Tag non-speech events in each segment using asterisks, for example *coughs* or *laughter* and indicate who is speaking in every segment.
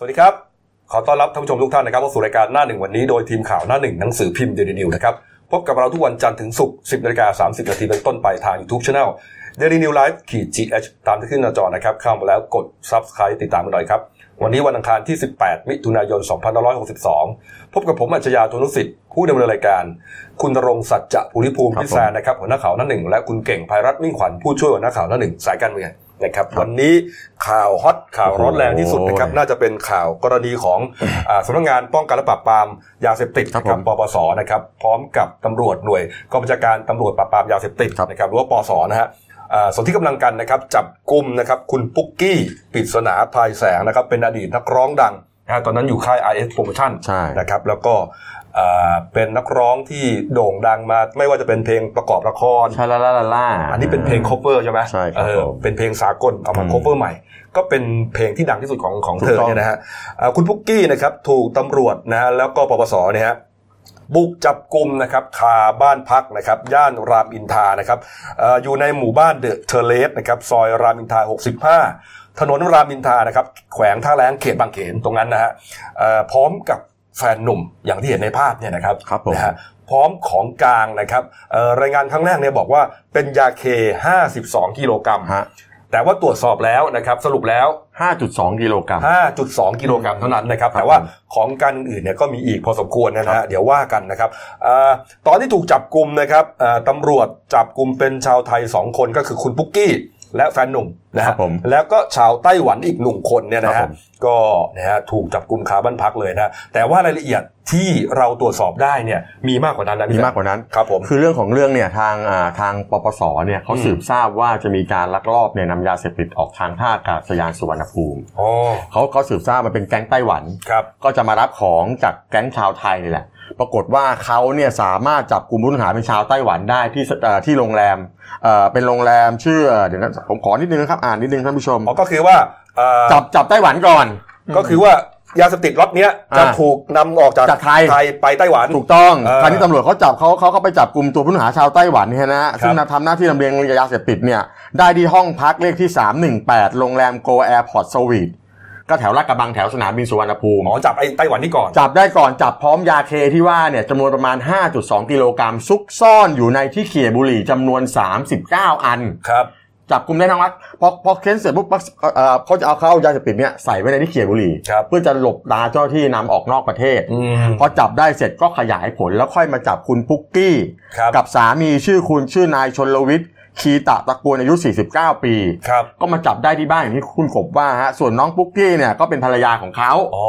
Speaker 1: สวัสดีครับ ขอต้อนรับท่านผู้ชมทุกท่านนะครับเข้าสู่รายการหน้าหนึ่งวันนี้โดยทีมข่าวหน้าหนึ่งหนังสือพิมพ์เดลินิวนะครับ พบกับเราทุกวันจันทร์ถึงศุกร์ 10นาฬิกา30นาทีเป็นต้นไปทาง YouTube Channel Daily New Life ขีด GH ตามที่ขึ้นหน้าจอนะครับ เข้ามาแล้วกด Subscribe ติดตามกันหน่อยครับ วันนี้วันอังคารที่ 18 มิถุนายน 2562 พบกับผมอัจฉริยะธนุสิทธิ์ผู้ดำเนินรายการ คุณณรงค์ศักดิ์จะภูริภูมิ
Speaker 2: ครับ
Speaker 1: พิศารนะครับหัวหน้าข่าวหน้าหนึ่งและคุณเก่งภัยรัตน์มิ่งขวัญผู้ช่วยหัวหน้าข่าวหน้าหนึ่งสายการเมืองนะครับ
Speaker 2: ครับ
Speaker 1: วันนี้ข่าวฮอตข่าวร้อนแรงที่สุดนะครับ น่าจะเป็นข่าวกรณี
Speaker 2: *coughs*
Speaker 1: ของ อ่าสำนักงานป้องกันและปราบปรามยาเสพติด
Speaker 2: ครับ
Speaker 1: กั
Speaker 2: ผม
Speaker 1: ปปสนะครับพร้อมกับตำรวจหน่วยกองบัญชาการตำรวจปราบปรามยาเสพติด
Speaker 2: ครับ
Speaker 1: นะครับหรือว่าปสนะฮะอ่าส่วนที่กำลังกันนะครับจับกลุ่มนะครับคุณปุ๊กกี้ปริศนาพลายแสงนะครับเป็นอดีตนักร้องดังนะฮะตอนนั้นอยู่ค่าย RS Promotion
Speaker 2: ใช่
Speaker 1: นะครับแล้วก็อ่าเป็นนักร้องที่โด่งดังมาไม่ว่าจะเป็นเพลงประกอบละคร
Speaker 2: ชาลาลาลาลา
Speaker 1: อันนี้เป็นเพลง cover ใช่ไหม
Speaker 2: ใช่ครับ
Speaker 1: เออ
Speaker 2: ผม
Speaker 1: เป็นเพลงสากลเอามา
Speaker 2: อืม
Speaker 1: cover ใหม่ ก็เป็นเพลงที่ดังที่สุดของของ
Speaker 2: ถูก
Speaker 1: เธอ
Speaker 2: ต้อง
Speaker 1: เนี่ยนะฮะเอ่อคุณพุกกี้นะครับถูกตำรวจนะฮะแล้วก็ปปสเนี่ยฮะบุกจับกลุ่มนะครับคาบ้านพักนะครับย่านรามอินทรานะครับเอออยู่ในหมู่บ้านเดอะเทเลสนะครับซอยรามอินทรา65 ถนนรามอินทรานะครับแขวงท่าแรงเขตบางเขนตรงนั้นนะฮะเอ่อพร้อมกับแฟนหนุ่มอย่างที่เห็นในภาพเนี่ยนะครับ
Speaker 2: ครับผม
Speaker 1: นะฮะพร้อมของกลางนะครับเอ่อรายงานครั้งแรกเนี่ยบอกว่าเป็นยาเค 52 กิโลกรัม
Speaker 2: ฮะ
Speaker 1: แต่ว่าตรวจสอบแล้วนะครับสรุปแล้ว
Speaker 2: ห้าจุดสองกิโลกรัม
Speaker 1: 5.2 กิโลกรัมเท่านั้นนะครับ
Speaker 2: ครับ
Speaker 1: แต่ว่าของกลางอื่นๆเนี่ยก็มีอีกพอสมควรนะฮะเดี๋ยวว่ากันนะครับเอ่อตอนที่ถูกจับกลุ่มนะครับเอ่อตำรวจจับกลุ่มเป็นชาวไทย 2 คนก็คือคุณปุ๊กกี้ และแฟนหนุ่มนะ
Speaker 2: ครั
Speaker 1: ฮะ
Speaker 2: บผม
Speaker 1: แล้วก็ชาวไต้หวันอีกหนุ่มคนเนี่ยนะ
Speaker 2: ครั
Speaker 1: ฮะ
Speaker 2: บผม
Speaker 1: ก็นะฮะถูกจับกลุ่มคาบ้านพักเลยนะแต่ว่ารายละเอียดที่เราตรวจสอบได้เนี่ยมีมากกว่านั้นนะ
Speaker 2: มี
Speaker 1: พี่แบงค์
Speaker 2: มากกว่านั้น
Speaker 1: ครับผม
Speaker 2: คือเรื่องของเรื่องเนี่ยทางอ่าทางปปสเนี่ยเขา
Speaker 1: อืม
Speaker 2: สืบทราบว่าจะมีการลักลอบเนี่ยนำยาเสพติดออกทางท่าอากาศยานสุวรรณภูมิ
Speaker 1: อ๋อ
Speaker 2: เขาเขาสืบทราบมันเป็นแก๊งไต้หวัน
Speaker 1: ครับ
Speaker 2: ก็จะมารับของจากแก๊งชาวไทยนี่แหละ ปรากฏว่าเขาเนี่ยสามารถจับกลุ่มผู้ต้องหาเป็นชาวไต้หวันได้ที่สเอ่อที่โรงแรมเอ่อเป็นโรงแรมชื่อเอ่อเดี๋ยวนะผมขอนิดนึงนะครับอ่านนิดนึงท่านผู้ชม
Speaker 1: อ๋อก็คือว่าเอ่อ
Speaker 2: จับจับไต้หวันก่อน
Speaker 1: ก็คือว่ายาเสพติดล็อตเนี้ยจะ
Speaker 2: อ่า
Speaker 1: ถูกนำออกจาก
Speaker 2: จากไทย
Speaker 1: ไปไต้หวัน
Speaker 2: ถูกต้อง
Speaker 1: เออ
Speaker 2: คราวนี้ตำรวจเขาจับเขาเขาเข้าไปจับกลุ่มตัวผู้ต้องหาชาวไต้หวันเนี่ยนะซึ่งทำหน้าที่ลำเลียงยาเสพติดเนี่ยได้ที่ห้องพักเลขที่ 318 โรงแรมโกแอร์พอร์ตสวีทก็แถวลาดกระบังแถวสนามบินสุวรรณภูมิ
Speaker 1: หมอจับไอ้ไต้หวันนี่ก่อน
Speaker 2: จับได้ก่อนจับพร้อมยาเคที่ว่าเนี่ยจำนวนประมาณ 5.2 กิโลกรัมซุกซ่อนอยู่ในที่เขี่ยบุหรี่จำนวน 39 อัน
Speaker 1: ครับ
Speaker 2: จับกลุ่มได้ทั้งวัดพอพอเค้นเสร็จปุ๊บปั๊บเอ่อเอ่อเขาจะเอาเข้ายาเสพติดเนี่ยใส่ไว้ในที่เขี่ยบุหรี่
Speaker 1: ครับ
Speaker 2: เพื่อจะหลบตาเจ้าหน้าที่นำออกนอกประเทศ
Speaker 1: อืม
Speaker 2: พอจับได้เสร็จก็ขยายผลแล้วค่อยมาจับคุณปุ๊กกี้
Speaker 1: ครับ
Speaker 2: กับสามีชื่อคุณชื่อนายชนลวิทย์คีตะตระกูลอายุ 49 ปี
Speaker 1: ครับ
Speaker 2: ก็มาจับได้ที่บ้านอย่างที่คุณขบว่าฮะส่วนน้องปุ๊กกี้เนี่ยก็เป็นภรรยาของเขา
Speaker 1: อ๋อ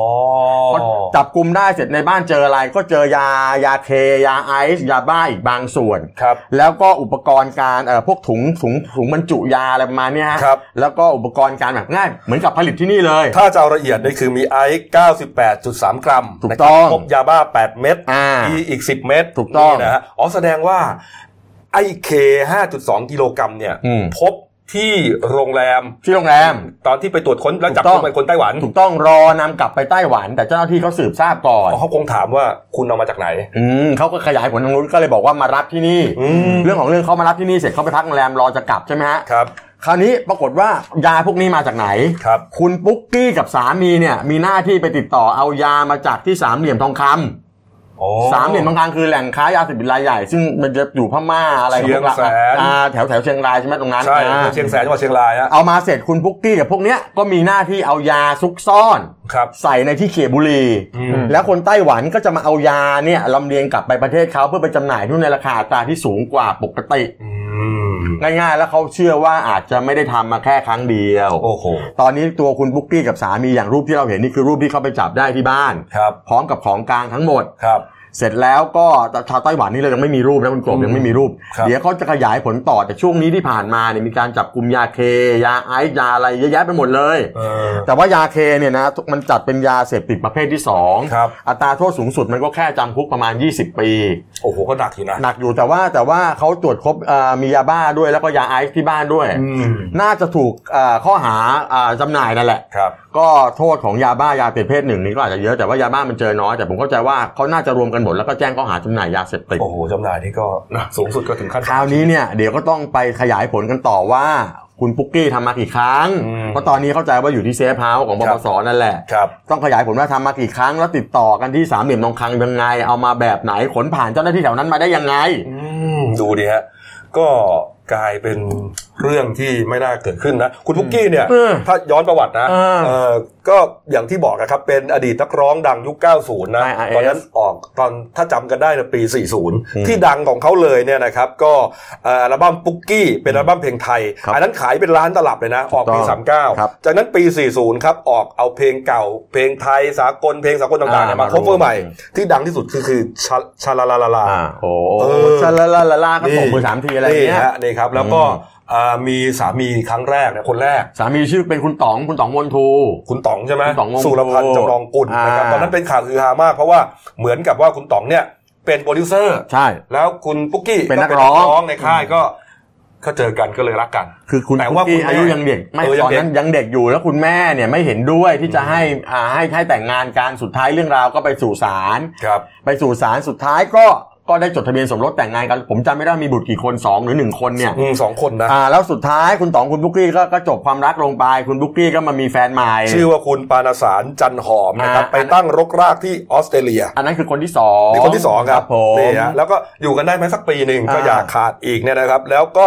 Speaker 2: พอจับกลุ่มได้เสร็จในบ้านเจออะไรก็เจอยายาเค ยาไอซ์ยาบ้าอีกบางส่วน
Speaker 1: ครับ
Speaker 2: แล้วก็อุปกรณ์การเอ่อพวกถุงถุงถุงบรรจุยาอะไรประมาณเนี้ยฮะ
Speaker 1: ครับ
Speaker 2: แล้วก็อุปกรณ์การแบบง่ายเหมือนกับผลิตที่นี่เลย
Speaker 1: ถ้าจะเอาละเอียดนี่คือมีไอซ์98.3 กรัม
Speaker 2: ถูกต้อง
Speaker 1: นะครับพบยาบ้า 8 เม็ด
Speaker 2: อ่า
Speaker 1: อีอีก 10 เม็ด
Speaker 2: ถูกต้อง
Speaker 1: นี่นะฮะอ๋อแสดงว่าไอเค 5.2 กิโลกรัมเนี่ย
Speaker 2: อืม
Speaker 1: พบที่โรงแรม
Speaker 2: ที่โรงแรม
Speaker 1: ตอนที่ไปตรวจค้นแล้วจับ
Speaker 2: ถูกต้
Speaker 1: ตั
Speaker 2: อ
Speaker 1: ว
Speaker 2: ง
Speaker 1: ไปคนไต้หวัน
Speaker 2: ถูกต้องรอนำกลับไปไต้หวัน แต่เจ้าหน้าที่เขาสืบทราบก่อน
Speaker 1: อ๋อเขาคงถามว่าคุณเอามาจากไหน
Speaker 2: อืมเขาก็ขยายผลทางนู้นก็เลยบอกว่ามารับที่นี่
Speaker 1: อืม
Speaker 2: เรื่องของเรื่องเขามารับที่นี่เสร็จเขาไปพักโรงแรมรอจะกลับใช่ไหมฮะ
Speaker 1: ครับ
Speaker 2: คราวนี้ปรากฏว่ายาพวกนี้มาจากไหน
Speaker 1: ครับ
Speaker 2: คุณปุ๊กกี้กับสามีเนี่ย มีหน้าที่ไปติดต่อเอายามาจากที่สามเหลี่ยมทองคำ
Speaker 1: โอ้
Speaker 2: สามเหลี่ยมทองคำคือแหล่งค้ายาเสพติดรายใหญ่ ซึ่งมันจะอยู่พม่าอะไร
Speaker 1: เชียงแสน
Speaker 2: อ่าแถวแถวเชียงรายใช่ไหมตรงนั้น
Speaker 1: ใช่
Speaker 2: อ่า
Speaker 1: เชียงแสนจังหวัดเชียงรายฮะ
Speaker 2: เอามาเสร็จคุณปุ๊กกี้กับพวกเนี้ยก็มีหน้าที่เอายาซุกซ่อน
Speaker 1: ครับ
Speaker 2: ใส่ในที่เขตบุรี
Speaker 1: อืม
Speaker 2: แล้วคนไต้หวันก็จะมาเอายาเนี่ยลำเลียงกลับไปประเทศเขาเพื่อไปจำหน่ายนู่นในราคาอัตราที่สูงกว่าปกติ
Speaker 1: อืม
Speaker 2: ง่ายๆ แล้วเขาเชื่อว่าอาจจะไม่ได้ทำมาแค่ครั้งเดียว
Speaker 1: โอ้โห
Speaker 2: ตอนนี้ตัวคุณบุ๊กกี้กับสามีอย่างรูปที่เราเห็นนี่คือรูปที่เขาไปจับได้ที่บ้าน
Speaker 1: ครับ
Speaker 2: พร้อมกับของกลางทั้งหมด
Speaker 1: ครับ
Speaker 2: เสร็จแล้วก็ชาวไต้หวันนี่เรายังไม่มีรูปนะคุณกบ
Speaker 1: อืม
Speaker 2: ยังไม่มีรูป
Speaker 1: ครับ
Speaker 2: เดี๋ยวเขาจะขยายผลต่อแต่ช่วงนี้ที่ผ่านมาเนี่ยมีการจับกลุ่มยาเค ยาไอซ์ยาอะไรเยอะแยะไปหมดเลย
Speaker 1: เออ
Speaker 2: แต่ว่ายาเคเนี่ยนะมันจัดเป็นยาเสพติดประเภทที่ 2
Speaker 1: ครับ
Speaker 2: อัตราโทษสูงสุดมันก็แค่จำคุกประมาณ 20 ปี
Speaker 1: โอ้โห ก็หนักอยู่นะ
Speaker 2: หนักอยู่แต่ว่าแต่ว่าเขาตรวจครบเอ่อมียาบ้าด้วยแล้วก็ยาไอซ์ที่บ้านด้วย
Speaker 1: อืม
Speaker 2: น่าจะถูกเอ่อข้อหาเอ่อจำหน่ายนั่นแหละ
Speaker 1: ครับ
Speaker 2: ก็โทษของยาบ้ายาเสพติดเพศหนึ่งนี่ก็อาจจะเยอะแต่ว่ายาบ้ามันเจอน้อยแต่ผมเข้าใจว่าเขาน่าจะรวมกันหมดแล้วก็แจ้งข้อหาจำหน่ายยาเสพติด
Speaker 1: โอ้โหจำหน่ายนี่ก็นะสูงสุดก็ถึงขั้น
Speaker 2: คราวนี้เนี่ยเดี๋ยวก็ต้องไปขยายผลกันต่อว่า คุณปุ๊กกี้ทำมากี่ครั้ง
Speaker 1: อืม
Speaker 2: เพราะตอนนี้เข้าใจว่าอยู่ที่เซฟเฮาส์ของ
Speaker 1: ค
Speaker 2: ป
Speaker 1: รับ
Speaker 2: ปสนั่นแหละ
Speaker 1: ครับ
Speaker 2: ต้องขยายผลว่าทำมากี่ครั้งแล้วติดต่อกันที่สามเหลี่ยมทองคำยังไง เอามาแบบไหนขนผ่านเจ้าหน้าที่แถวนั้นมาได้ยังไง
Speaker 1: อืมดูดิฮะก็กลายเป็นเรื่องที่ไม่น่าเกิดขึ้นนะ คุณพุกกี้เนี่ย
Speaker 2: เออ
Speaker 1: ถ้าย้อนประวัตินะ
Speaker 2: เออ
Speaker 1: เอ่อก็อย่างที่บอกนะครับ เป็นอดีตนักร้องดังยุค 90 นะ
Speaker 2: IIS
Speaker 1: ตอนนั้นออกตอนถ้าจำกันได้นะปี
Speaker 2: อืม
Speaker 1: 40 ที่ดังของเขาเลยเนี่ยนะครับ ก็เอ่ออัลบั้มปุกกี้เป็นอัลบั้มเพลงไทย
Speaker 2: ครับ
Speaker 1: อันนั้นขายเป็นล้านตลับเลยนะ ออกปี
Speaker 2: ถูกต้องครับ
Speaker 1: 39 จากนั้นปี 40 ครับ ออกเอาเพลงเก่า เพลงไทยสากลเพลงสากลต่างๆเนี่ย
Speaker 2: อ่าม
Speaker 1: มาคฟเวอ
Speaker 2: ารวม
Speaker 1: ร์ใหม่ ที่ดังที่สุดคือคือชาชาลาลาลาลา
Speaker 2: อ่าโอ้
Speaker 1: เออ
Speaker 2: ชะละละละละก็ตบมือสามทีอะไรอย่างเงี้ย
Speaker 1: นี่ฮะนี่ครับแล้วก็
Speaker 2: อืม
Speaker 1: อ่ามีสามีครั้งแรกเนี่ยคนแรก
Speaker 2: สามีชื่อเป็นคุณต๋องคุณต๋องมนทู
Speaker 1: คุณต๋องใช่ไหม
Speaker 2: คุณต๋องวง
Speaker 1: สุรพันธ์จำลองกุลนะครับ
Speaker 2: อ่า
Speaker 1: ตอนนั้นเป็นข่าวคือฮามาก เพราะว่าเหมือนกับว่าคุณต๋องเนี่ยเป็นโปรดิวเซอร์
Speaker 2: ใช่
Speaker 1: แล้วคุณปุ๊กกี้
Speaker 2: เป็นนักร้
Speaker 1: ร้
Speaker 2: อง
Speaker 1: องในค่ายก็ก็เจอกันก็เลยรักกัน
Speaker 2: คือคุณ
Speaker 1: แต่
Speaker 2: แต่
Speaker 1: ว่า
Speaker 2: ว่า
Speaker 1: คุ
Speaker 2: คุณ ณ
Speaker 1: แม่
Speaker 2: อายุยังเด็กไม่
Speaker 1: เออยัง
Speaker 2: ตอน
Speaker 1: เด็ก
Speaker 2: นั้นยังเด็กอยู่แล้วคุณแม่เนี่ยไม่เห็นด้วยที่จะให้อ่าให้ให้แต่งงานกันสุดท้ายเรื่องราวก็ไปสู่ศาล
Speaker 1: ครับ
Speaker 2: ไปสู่ศาลสุดท้ายก็ก็ได้จดทะเบียนสมรสแต่งงานกัน ผมจำไม่ได้มีบุตรกี่คนสองหรือหนึ่งคนเนี่ย
Speaker 1: อืมสองคนนะ
Speaker 2: อ่าแล้วสุดท้ายคุณต๋องคุณบุ๊กกี้ก็ก็จบความรักลงไป คุณบุ๊กกี้ก็มามีแฟนใหม่
Speaker 1: ชื่อว่าคุณปานาสารจันหอมนะครับ
Speaker 2: อ่า
Speaker 1: ไปตั้งรกรากที่ออสเตรเลีย
Speaker 2: อันนั้นคือคนที่สอง
Speaker 1: นี่คนที่สองครับ
Speaker 2: ผม
Speaker 1: นี่ฮะแล้วก็อยู่กันได้ไหมสักปีหนึ่งก็
Speaker 2: อ่า
Speaker 1: อยากขาดอีกเนี่ยนะครับ แล้วก็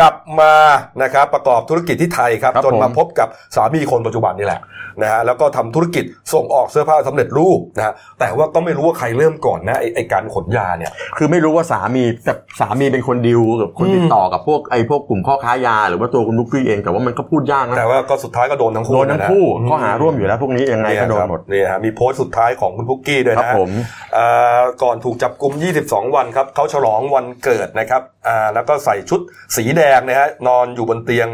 Speaker 1: กลับมานะครับประกอบธุรกิจที่ไทยครับ
Speaker 2: ครับ
Speaker 1: จนมา
Speaker 2: ผม
Speaker 1: พบกับสามีคนปัจจุบันนี่แหละนะฮะแล้วก็ทำธุรกิจส่งออกเสื้อผ้าสำเร็จรูปนะฮะแต่ว่าก็ไม่รู้ว่าใครเริ่มก่อนนะไอ้ไอการขนยาเนี่ย
Speaker 2: คือไม่รู้ว่าสามีแต่สามีเป็นคนดิวกับคนติดต่อกับพวกไอ้พวกกลุ่มข้อค้ายา หรือว่าตัวคุณบุ๊กกี้เองแต่ว่ามันก็พูดยากนะ
Speaker 1: แต่ว่าก็สุดท้ายก็โดนทั้งคู่
Speaker 2: โดนทั้ง
Speaker 1: ะะ
Speaker 2: คู่
Speaker 1: อืม
Speaker 2: ข้อหาร่วมอยู่แล้วพวกนี้ยังไง
Speaker 1: เนี่ย
Speaker 2: ก็โด
Speaker 1: ค
Speaker 2: น
Speaker 1: รับ
Speaker 2: หมด
Speaker 1: เนี่ยฮะมีโพสต์สุดท้ายของคุณพุกกี้ด้วย
Speaker 2: ครับ
Speaker 1: นะฮะ
Speaker 2: ผม
Speaker 1: เอ่อก่อนถูกจับกลุ่ม 22 วันครับเขาฉลองวันเกิดนะครับอ่าแล้วก็ใส่ชุดสีแดงนะฮะนอนอยู่บนเตียง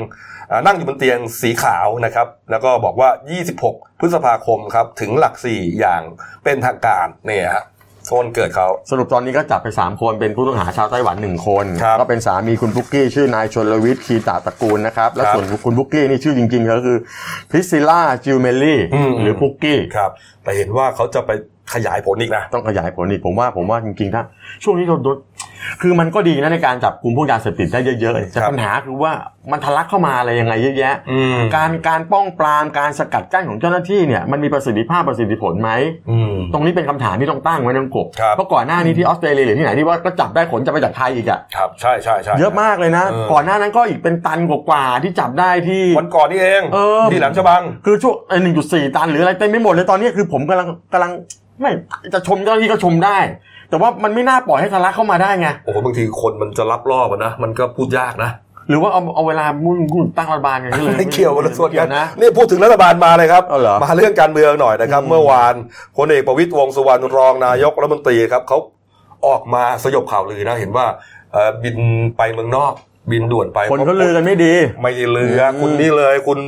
Speaker 1: อ่านั่งอยู่บนเตียงสีขาวนะครับ แล้วก็บอกว่า 26 พฤษภาคมครับ ถึงหลักสี่อย่างเป็นทางการเนี่ยฮะโซนเกิดเขา
Speaker 2: สรุปตอนนี้ก็จับไป 3 คนเป็นผู้ต้องหาชาวไต้หวัน 1 คน
Speaker 1: ครับ
Speaker 2: ก็เป็นสามีคุณบุกกี้ ชื่อนายชนลวิทย์คีตาตระกูลนะครับ และส่วนคุณบุกกี้นี่ชื่อจริงๆก็คือพิซิล่าจิวเมลลี่หรือบุกกี้
Speaker 1: ครับ แต่เห็นว่าเขาจะไปขยายผลอีกนะ
Speaker 2: ต้องขยายผลอีกผมว่าผมว่าจริงๆถ้าช่วงนี้เราโดนคือมันก็ดีนะในการจับกลุ่มพวกยาเสพติดได้เยอะๆแต่
Speaker 1: ครับ
Speaker 2: ปัญหาคือว่ามันทะลักเข้ามาอะไรยังไงเยอะแยะ
Speaker 1: อืม
Speaker 2: การการป้องปรามการสกัดกั้นของเจ้าหน้าที่เนี่ยมันมีประสิทธิภาพประสิทธิผลไหม
Speaker 1: อืม
Speaker 2: ตรงนี้เป็นคำถามที่ต้องตั้งไว้นะคุณกบ
Speaker 1: ครับ
Speaker 2: เพราะก่อนหน้านี้ที่ออสเตรเลียหรือที่ไหนที่ว่าก็จับได้ขนจะไปจากไทยอีกอะ
Speaker 1: ครับใช่ใช่ใช่
Speaker 2: เยอะมากเลยนะ
Speaker 1: เออ
Speaker 2: ก่อนหน้านั้นก็อีกเป็นตันกว่าๆที่จับได้ที่
Speaker 1: วันก่อนนี่เอง
Speaker 2: เออ
Speaker 1: ที่แหลมฉบัง
Speaker 2: คือช่วงหนึ่งจุดสี่ตันหรืออะไรเต็มไม่หมดเลยตอนนี้คือผมกำลังกำลังไม่จะชมเจ้าหน้าที่ก็ชมได้ แต่ว่ามันไม่น่าปล่อยให้ทะลักเข้ามาได้ไง
Speaker 1: โอ้โหบางทีคนมันจะรับรอบอะนะมันก็พูดยากนะ
Speaker 2: หรือว่าเอาเอาเวลามุ่งมุ่งตั้งรัฐบาลกันนี่เลย
Speaker 1: ไม่เกี่ยวกันส่วน
Speaker 2: ไม่เกี่
Speaker 1: กั
Speaker 2: ย
Speaker 1: น
Speaker 2: นะ
Speaker 1: นี่พูดถึงรัฐบาลมาเลยครับ
Speaker 2: เอาเหรอ
Speaker 1: มาเรื่องการเมืองหน่อยนะครับ เมื่อวานพลเอกประวิตรวงษ์สุวรรณรองนายกรัฐมนตรีครับเขาออกมาสยบข่าวลือนะเห็นว่าเอ่อบินไปเมืองนอก บินด่วนไป
Speaker 2: คนเขาลือกันไม่ดี
Speaker 1: ไม่ได้เรือ
Speaker 2: อืม
Speaker 1: คุณนี่เลย คุณ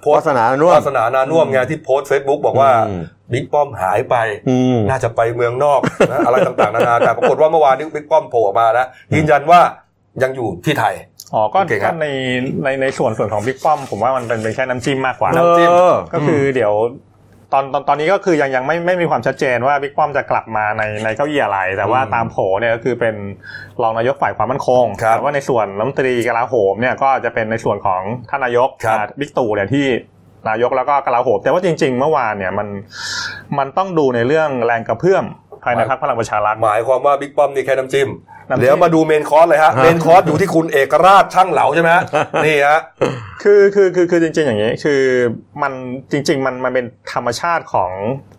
Speaker 1: โพส
Speaker 2: วา
Speaker 1: ต์
Speaker 2: สนาน่วม
Speaker 1: วาสนานานุ่วมไงที่โพสต์เฟซบุ๊กบอกว่า
Speaker 2: อืม
Speaker 1: บิ๊กป้อมหายไป
Speaker 2: อืม
Speaker 1: น่าจะไปเมืองน
Speaker 2: *laughs*
Speaker 1: อกนะอะไรต่างๆนานาแต่ปรากฏว่าเมื่อวานนี้บิ๊กป้อมโผล่ออกมานะยืนยันว่ายังอยู่ที่ไทย
Speaker 3: อ๋อก็
Speaker 1: โอเคครับ
Speaker 3: ก็ในในในส่วนส่วนของบิ๊กป้อมผมว่ามันเป็นเป็นแค่น้ำจิ้มมากกว่า
Speaker 1: น้ำจิ้ม
Speaker 2: เออ
Speaker 3: ก็คือเดี๋ยวตอนตอนตอนนี้ก็คือยังยังไม่ไม่มีความชัดเจนว่าบิ๊กป้อมจะกลับมาในในเก้าอี้อะไร แต่ว่า
Speaker 1: อืม
Speaker 3: ตามโผเนี่ยก็คือเป็นรองนายกฝ่ายความมั่นคง
Speaker 1: ครับ
Speaker 3: แต่ว่าในส่วนรัฐมนตรีกลาโหมเนี่ยก็จะเป็นในส่วนของท่านนายก
Speaker 1: ครับ
Speaker 3: อ่าบิ๊กตู่เนี่ยที่นายกแล้วก็กลาโหม แต่ว่าจริง ๆ เมื่อวานเนี่ยมันมันต้องดูในเรื่องแรงกระเพื่อมภายในพรรคพลังประชารัฐ
Speaker 1: หมายความว่าบิ๊กป้อมนี่แค่น้ำจิ้ม
Speaker 3: น้ำจิ้ม
Speaker 1: เดี๋ยวมาดูเมนคอร์สเลยฮะ เมนคอร์สอยู่ที่คุณเอกราชช่างเหลาใช่ไหมฮะ นี่ฮะ
Speaker 3: คือคือคือคือจริงๆอย่างนี้คือมันจริง ๆ มันมันเป็นธรรมชาติของ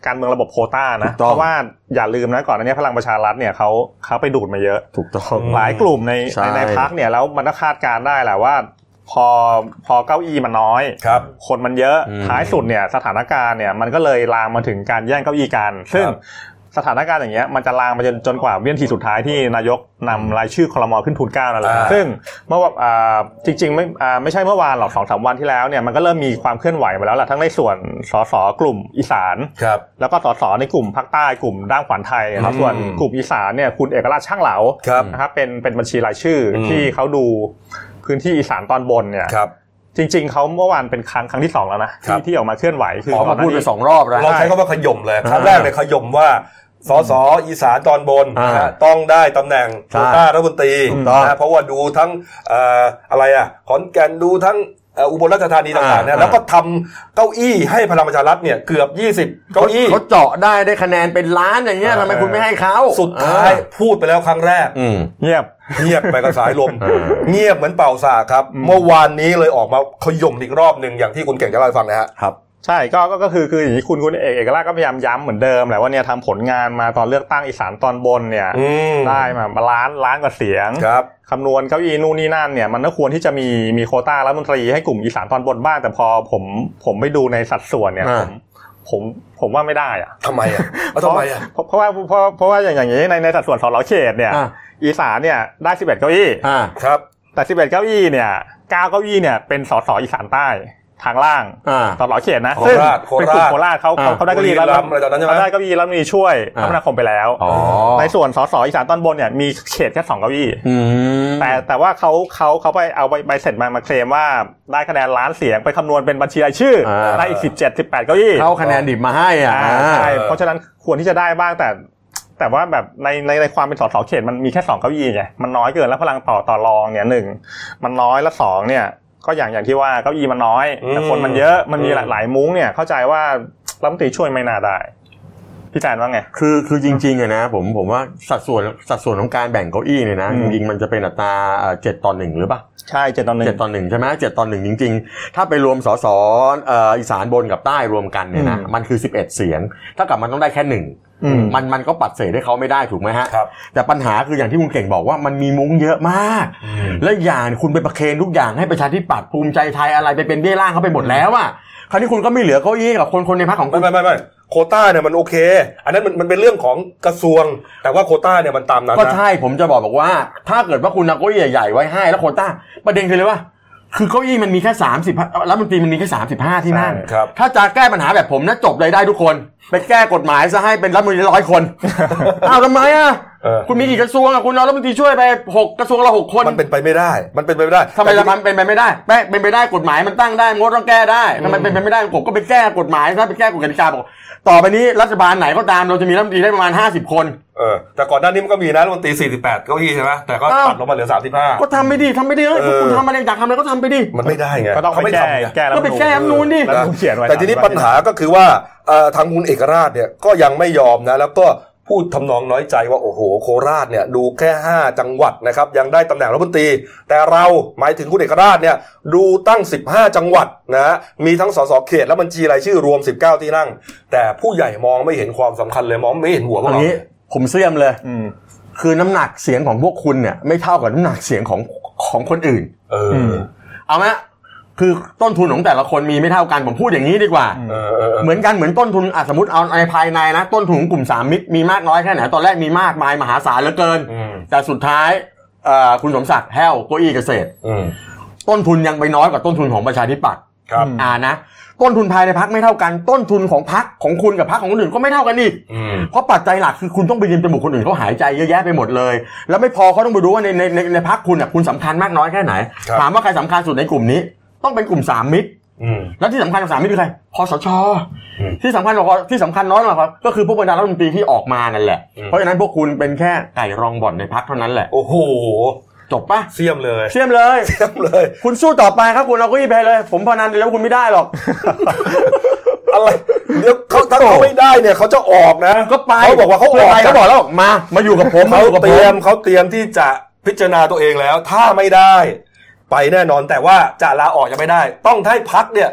Speaker 3: การเมืองระบบโควต้านะ
Speaker 2: ถูก
Speaker 3: เพ
Speaker 2: ต้อง
Speaker 3: ราะว่าอย่าลืมนะก่อนหน้านี้พลังประชารัฐเนี่ยเขาเขาไปดูดมาเยอะ
Speaker 2: ถูกต้อง
Speaker 1: อืม
Speaker 3: หลายกลุ่มใน
Speaker 2: ใช่
Speaker 3: ในในพักเนี่ยแล้วมันก็คาดการณ์ได้แหละว่า พอพอเก้าอี้มันน้อย
Speaker 1: ครับ
Speaker 3: คนมันเยอะ
Speaker 2: อืม
Speaker 3: ท้ายสุดเนี่ยสถานการณ์เนี่ยมันก็เลยลามมาถึงการแย่งเก้าอี้กันซึ่ง
Speaker 1: ครับ
Speaker 3: สถานการณ์อย่างเงี้ยมันจะลามไปจนจนกว่าวินาทีสุดท้ายที่นายกนำรายชื่อคลมอขึ้นทุนเกล้านั่นแหละ
Speaker 1: อ่า
Speaker 3: ซึ่งเมื่อวานอ่าจริงๆไม่อ่าไม่ใช่เมื่อวานหรอกสองสามวันที่แล้วเนี่ยมันก็เริ่มมีความเคลื่อนไหวมาแล้วล่ะทั้งในส่วนสสกลุ่มอีสาน
Speaker 1: ครับ
Speaker 3: แล้วก็สสในกลุ่มภาคใต้กลุ่มด้านขวานไทยนะครับ
Speaker 1: อืม
Speaker 3: ส่วนกลุ่มอีสานเนี่ยคุณเอกราชช่างเหลา
Speaker 1: ครับ
Speaker 3: นะครับเป็นเป็นบัญชีรายชื่ออ
Speaker 1: ม
Speaker 3: ที่เขาดูพื้นที่อีสานตอนบนเนี่ย
Speaker 1: ครับ
Speaker 3: จริง ๆเขาเมื่อวานเป็นครั้งครั้งที่สองแล้วนะครับ ที่ที่ออกมาเคลื่อนไหวคือ
Speaker 2: ออก
Speaker 3: ก่อ
Speaker 2: มาน
Speaker 3: หน้า
Speaker 2: พูดไป
Speaker 3: นี้
Speaker 2: สองรอบแล้ว
Speaker 1: เราใช้คำว่าขย่มเลย
Speaker 2: อ่า
Speaker 1: ครั้งแรกเลยขย่มว่าสสอีสานตอนบน
Speaker 2: อ่า
Speaker 1: นะฮะต้องได้ตำแหน่ง
Speaker 2: ใช่
Speaker 1: โควต้ารัฐมนตรี
Speaker 2: ถูกต้อง
Speaker 1: นะฮะเพราะว่าดูทั้งเอ่ออะไรอ่ะขอนแก่นดูทั้งเอ่ออุบลราชธานีต่างๆ
Speaker 2: อ่า
Speaker 1: นะแล้วก็ทำเก้าอี้ให้พลังประชารัฐเนี่ยเกือบ 20 เก้าอี้
Speaker 2: เขาเจาะได้ได้คะแนนเป็นล้านอย่างเงี้ย
Speaker 3: เออ
Speaker 2: ทำไมคุณไม่ให้เขา
Speaker 1: สุดท้ายพูดไปแล้วครั้งแรก
Speaker 2: อืม
Speaker 3: เงียบ
Speaker 1: เงียบไปกับสายลม
Speaker 2: เออ
Speaker 1: เงียบเหมือนเป่าสากครับ เมื่อวานนี้เลยออกมาขย่มอีกรอบหนึ่งอย่างที่คุณเก่งจะเล่าให้ฟังนะฮะ
Speaker 2: ครับ
Speaker 3: ใช่ก็ก็ก็คือคืออย่างนี้คุณคุณเอกเอกราชก็พยายามย้ำเหมือนเดิมแหละว่าเนี่ยทำผลงานมาตอนเลือกตั้งอีสานตอนบนเนี่ย
Speaker 1: อืม
Speaker 3: ได้มาล้านล้านกว่าเสียง
Speaker 1: ครับ
Speaker 3: คำนวณเก้าอี้นู่นนี่นั่นเนี่ยมันก็ควรที่จะมีมีโควต้ารัฐมนตรีให้กลุ่มอีสานตอนบนบ้างแต่พอผมผมไปดูในสัดส่วนเนี่ย
Speaker 2: อ่า
Speaker 3: ผมผมผมว่าไม่ได้อะ
Speaker 1: ทำไมอ่ะเอาทำไมอ่ะ
Speaker 3: เพราะเพราะว่าเพราะเพราะว่าอย่างอย่างนี้ในในสัดส่วนสองเขตเนี่ย
Speaker 2: อ่า
Speaker 3: อีสานเนี่ยได้11เก้าอี้
Speaker 2: อ่า
Speaker 1: ครับ
Speaker 3: แต่ 11 เก้าอี้เนี่ย 9 เก้าอี้เนี่ย เป็นสสอีสานใต้ทางล่าง
Speaker 2: อ่า
Speaker 3: สสเขตนะ
Speaker 1: โค
Speaker 3: ซึ่ง
Speaker 1: ราช
Speaker 3: เป็นกลุ่ม
Speaker 1: โคราช
Speaker 3: โคราชเขา
Speaker 2: อ่า
Speaker 3: เขาเขาได้เก้าอี้
Speaker 1: บุรี
Speaker 3: แล้ว
Speaker 1: รัมย์อะไรตอนนั้นใช่ไหม
Speaker 3: เขาได้เก้าอี้แล้วมีช่วยคมนาคมไปแล้ว
Speaker 2: อ๋อ
Speaker 3: ในส่วนสสอีสานตอนบนเนี่ยมีเขตแค่สองเก้าอี้
Speaker 2: อืม
Speaker 3: แต่แต่ว่าเขาเขาเขาไปเอาใบใบเสร็จมามาเคลมว่าได้คะแนนล้านเสียงไปคำนวณเป็นบัญชีรายชื่ออา ได้อีกสิบเจ็ดสิบแปดเก้าอี้
Speaker 2: เขาคะแนนดิบมาให้อ่ะ
Speaker 3: อ่าใช่
Speaker 1: เออ
Speaker 3: เพราะฉะนั้นควรที่จะได้บ้างแต่ แต่ว่าแบบในในในความเป็นสสเขตมันมีแค่สองเก้าอี้ไงมันน้อยเกินแล้วพลังต่อต่อรองเนี่ยหนึ่งมันน้อยแล้วสองเนี่ยก็อย่างอย่างที่ว่าเก้าอี้มันน้อย
Speaker 1: อืม
Speaker 3: แต่คนมันเยอะมันมี
Speaker 1: อืม
Speaker 3: หลายหลายมุ้งเนี่ยเข้าใจว่ารัฐมนตรีช่วยไม่น่าได้พี่แจนว่าไง
Speaker 2: คือคือจริงๆอะนะผมผมว่าสัดส่วนสัดส่วนของการแบ่งเก้าอี้เนี่ยนะ
Speaker 3: อื
Speaker 2: จ
Speaker 3: ม
Speaker 2: ริงๆมันจะเป็นอัตราเอ่อเจ็ดต่อหนึ่งหรือเปะ
Speaker 3: ใช่เจ็ดตอนหนึ่ง
Speaker 2: เจ็ดตอนหนึ่งใช่ไหมเจ็ดตอนหนึ่งจริงๆ ถ้าไปรวมสสเอ่ออีสานบนกับใต้รวมกันเนี่ยนะ
Speaker 3: อืม
Speaker 2: มันคือ 11 เสียงเท่ากับมันต้องได้แค่หนึ่ง
Speaker 3: อืม
Speaker 2: มันมันก็ปัดเศษให้เขาไม่ได้ถูกไหมฮะ
Speaker 1: ครับ
Speaker 2: แต่ปัญหาคืออย่างที่คุณเก่งบอกว่ามันมีมุ้งเยอะมาก และอย่างคุณไปประเคนทุกอย่างให้ประชาธิปัตย์ภูมิใจไทยอะไรไปเป็นเบี้ยล่างเขาไปหมดแล้วอ่ะคราวนี้คุณก็ไม่เหลือเก้าอี้ให้กับคนคนในพรรคของคุ
Speaker 1: ไม่
Speaker 2: ณ
Speaker 1: ไม่ไม่ไม่โควต้าเนี่ยมันโอเค อันนั้นมันมันเป็นเรื่องของกระทรวง แต่ว่าโควต้าเนี่ยมันตามนั้น
Speaker 2: ก็
Speaker 1: นะ
Speaker 2: ใช่ผมจะบอกบอกว่า ถ้าเกิดว่าคุณเอาเก้าอี้ใหญ่ๆไว้ให้แล้วโควต้าประเด็นคือเลยว่า คือเก้าอี้มันมีแค่สามสิบรัฐมนตรีมันมีแค่สามสิบห้าที่นั่ง
Speaker 3: ใช่
Speaker 1: ครับ
Speaker 2: ถ้าจะแก้ปัญหาแบบผมนะจบเลยได้ทุกคน ไปแก้กฎหมายซะให้เป็นรัฐมนตรีร้อยคน
Speaker 1: *laughs*
Speaker 2: อ้าวทำไมอ่ะ
Speaker 1: เออ
Speaker 2: คุณมีกี่กระทรวงอ่ะคุณเอารัฐมนตรีช่วยไปหกกระทรวงละหกคน
Speaker 1: มันเป็นไปไม่ได้ มันเป็นไปไม่ได้
Speaker 2: ทำไมละมันเป็นไปไม่ได้แปะเป็นไปได้กฎหมายมันตั้งได้งดต้องแก้ได้ทำไมเป็นไปไม่ได้ผมก็ไปแก้กฎหมายซะไปแก้กฎกติกาบอกต่อไปนี้รัฐบาลไหนก็ตามเราจะมีรัฐมนตรีได้ประมาณห้าสิบคน
Speaker 1: เออแต่ก่อนหน้านี้มันก็มีนะรัฐมนตรี 48 เก้าอี้ใช่ไหมแต่ก็
Speaker 2: อ้าว
Speaker 1: ตัดลงมาเหลือ
Speaker 2: ก็ทำไปดิทำไปดิเอ้ย
Speaker 1: เออ
Speaker 2: คุณทำอะไรอยากทำอะไรก็ทำไปดิ
Speaker 1: 35 มันไม่ได้ไง
Speaker 3: ก็ต้องไป
Speaker 1: ไม่
Speaker 3: แก้
Speaker 1: ทำไง
Speaker 3: แก้
Speaker 2: ก็ไปแก้รัฐธรรมนูญดิ
Speaker 3: แล้วเขียนไว้
Speaker 1: แต่ทีนี้ปัญหาก็คือว่าเอ่อทางคุณเอกราชเนี่ยก็ยังไม่ยอมนะ แล้วก็พูดทำนองน้อยใจว่าโอ้โหโคราชเนี่ยดูแค่ 5 จังหวัดนะครับยังได้ตำแหน่งรัฐมนตรี แต่เราหมายถึงคุณเอกราชเนี่ยดูตั้ง 15 จังหวัดนะฮะมีทั้งสสเขตและบัญชีรายชื่อรวม 19 ที่นั่ง แต่ผู้ใหญ่มองไม่เห็นความสำคัญเลยมองไม่เห็นหัวพวก
Speaker 2: เอา
Speaker 1: เรา
Speaker 2: งี้ผมเสื่อมเลย
Speaker 3: อืม
Speaker 2: คือน้ำหนักเสียงของพวกคุณเนี่ยไม่เท่ากับน้ำหนักเสียงของของคนอื่น
Speaker 1: เออ
Speaker 3: ม
Speaker 2: เอาไหมคือต้นทุนของแต่ละคนมีไม่เท่ากันผมพูดอย่างนี้ดีกว่า
Speaker 1: เออเออ
Speaker 2: เหมือนกันเหมือนต้นทุนอ่ะสมมติเอาในภายในนะ ต้นทุนของกลุ่มสามมิตรมีมากน้อยแค่ไหนตอนแรกมีมากมายมหาศาลเหลือเกิน
Speaker 1: อืม
Speaker 2: แต่สุดท้ายเอ่อคุณสมศักดิ์แห้วเก้าอี้เกษตร
Speaker 1: อืม
Speaker 2: ต้นทุนยังไปน้อยกว่าต้นทุนของประชาธิปัตย์
Speaker 1: ครับ
Speaker 2: อ่านะ ต้นทุนภายในพักไม่เท่ากัน ต้นทุนของพักของคุณกับพักของคนอื่นก็ไม่เท่ากันอีก
Speaker 1: อืม
Speaker 2: เพราะปัจจัยหลักคือคุณต้องไปยืมจมูกคนอื่นเขาหายใจเยอะแยะไปหมดเลย แล้วไม่พอเขาต้องไปดูว่าในในในในพักคุณอ่ะคุณสำคัญมากน้อยแค่ไหน
Speaker 1: ครับ
Speaker 2: ถามว่าใครสำคัญสุดในกลุ่มนี้ ต้องเป็นกลุ่มสามมิตร
Speaker 1: อืม
Speaker 2: แล้วที่สำคัญกว่าสามมิตรคือใครคอสช
Speaker 1: อืม
Speaker 2: ที่สำคัญกว่าที่สำคัญน้อยกว่าก็คือพวกบรรดารัฐมนตรีที่ออกมานั่นแหละ
Speaker 1: อืม
Speaker 2: เพราะฉะนั้นพวกคุณเป็นแค่ไก่รองบ่อนในพักเท่านั้นแหละ
Speaker 1: โอ้โห
Speaker 2: จบปะ
Speaker 1: เสียมเลย
Speaker 2: เชี่ยมเลย
Speaker 1: เสียมเลย
Speaker 2: คุณสู้ต่อไปครับคุณเอาเก็อีไปเลย ผมพนันแล้วคุณไม่ได้หรอก
Speaker 1: อะไรเดี๋ยวเขาถ้าเขาไม่ได้เนี่ยเขาจะออกนะ
Speaker 2: *laughs* ก็ไป
Speaker 1: เขาบอกว่าเขาอ
Speaker 2: พื่
Speaker 1: อก
Speaker 2: ไปเขา
Speaker 1: นะ
Speaker 2: บอกแล้วมา มาอยู่กับผมมา
Speaker 1: เขา
Speaker 2: อยู่กับ
Speaker 1: เต
Speaker 2: ผ
Speaker 1: รีย
Speaker 2: ม
Speaker 1: มเขาเตรียมที่จะพิจารณาตัวเองแล้ว ถ้าไม่ได้ ไปแน่นอนแต่ว่าจะลาออกยังไม่ได้ ต้องให้พักเนี่ย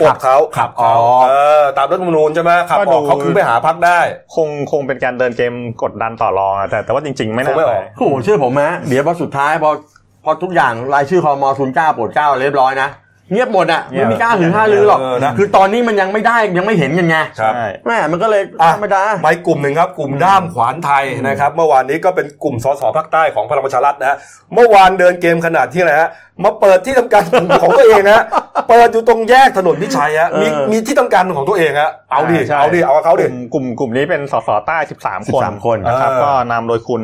Speaker 1: ปลดเขา
Speaker 2: ขับอ
Speaker 1: เออ
Speaker 2: อก
Speaker 1: ตามรัฐธรรมนูญใช่ไหมขับอ
Speaker 3: ก็ดู
Speaker 1: อกเขาคือไปหาพักได้
Speaker 3: คงคงเป็นการเดินเกมกดดันต่อรองอะแต่แต่ว่าจริง ๆ ไม่
Speaker 1: ค
Speaker 3: น่า
Speaker 1: งไม่ออก
Speaker 3: ไป
Speaker 2: โอ้โหเชื่อผมนะเดี๋ยวพอสุดท้ายพอพอทุกอย่างรายชื่อคอมอศูนย์เก้าโปรดเก้าเรียบร้อยนะ เงียบหมดอ่ะ
Speaker 3: เงีย
Speaker 2: ไม่
Speaker 3: บ
Speaker 2: มีกล้าหือห้าลือหรอก
Speaker 1: เออนะ
Speaker 2: คือตอนนี้มันยังไม่ได้ยังไม่เห็นกันไง
Speaker 1: ครับ
Speaker 3: ใช่
Speaker 2: แม่มันก็เลย
Speaker 1: อ่ะ
Speaker 2: ธรรมดา
Speaker 1: ไปกลุ่มหนึ่งครับ กลุ่มด้ามขวานไทยนะครับ เมื่อวานนี้ก็เป็นกลุ่มสสภาคใต้ของพลังประชารัฐนะฮะเมื่อวานเดินเกมขนาดที่นะฮะมาเปิดที่ทำการกลุ่มของตัวเองนะฮะเปิดอยู่ตรงแยกถนนพิชัยฮะมี
Speaker 2: เออ
Speaker 1: มีที่ทำการของตัวเองฮะเอาดิ
Speaker 3: ใช่
Speaker 1: เอาดิเอากับเขาดิ
Speaker 3: กลุ่มกลุ่มกลุ่มนี้เป็นสสใต้ 13 คน
Speaker 2: 13คน
Speaker 3: นะครับ
Speaker 1: เออ
Speaker 3: ก็นำโดยคุณ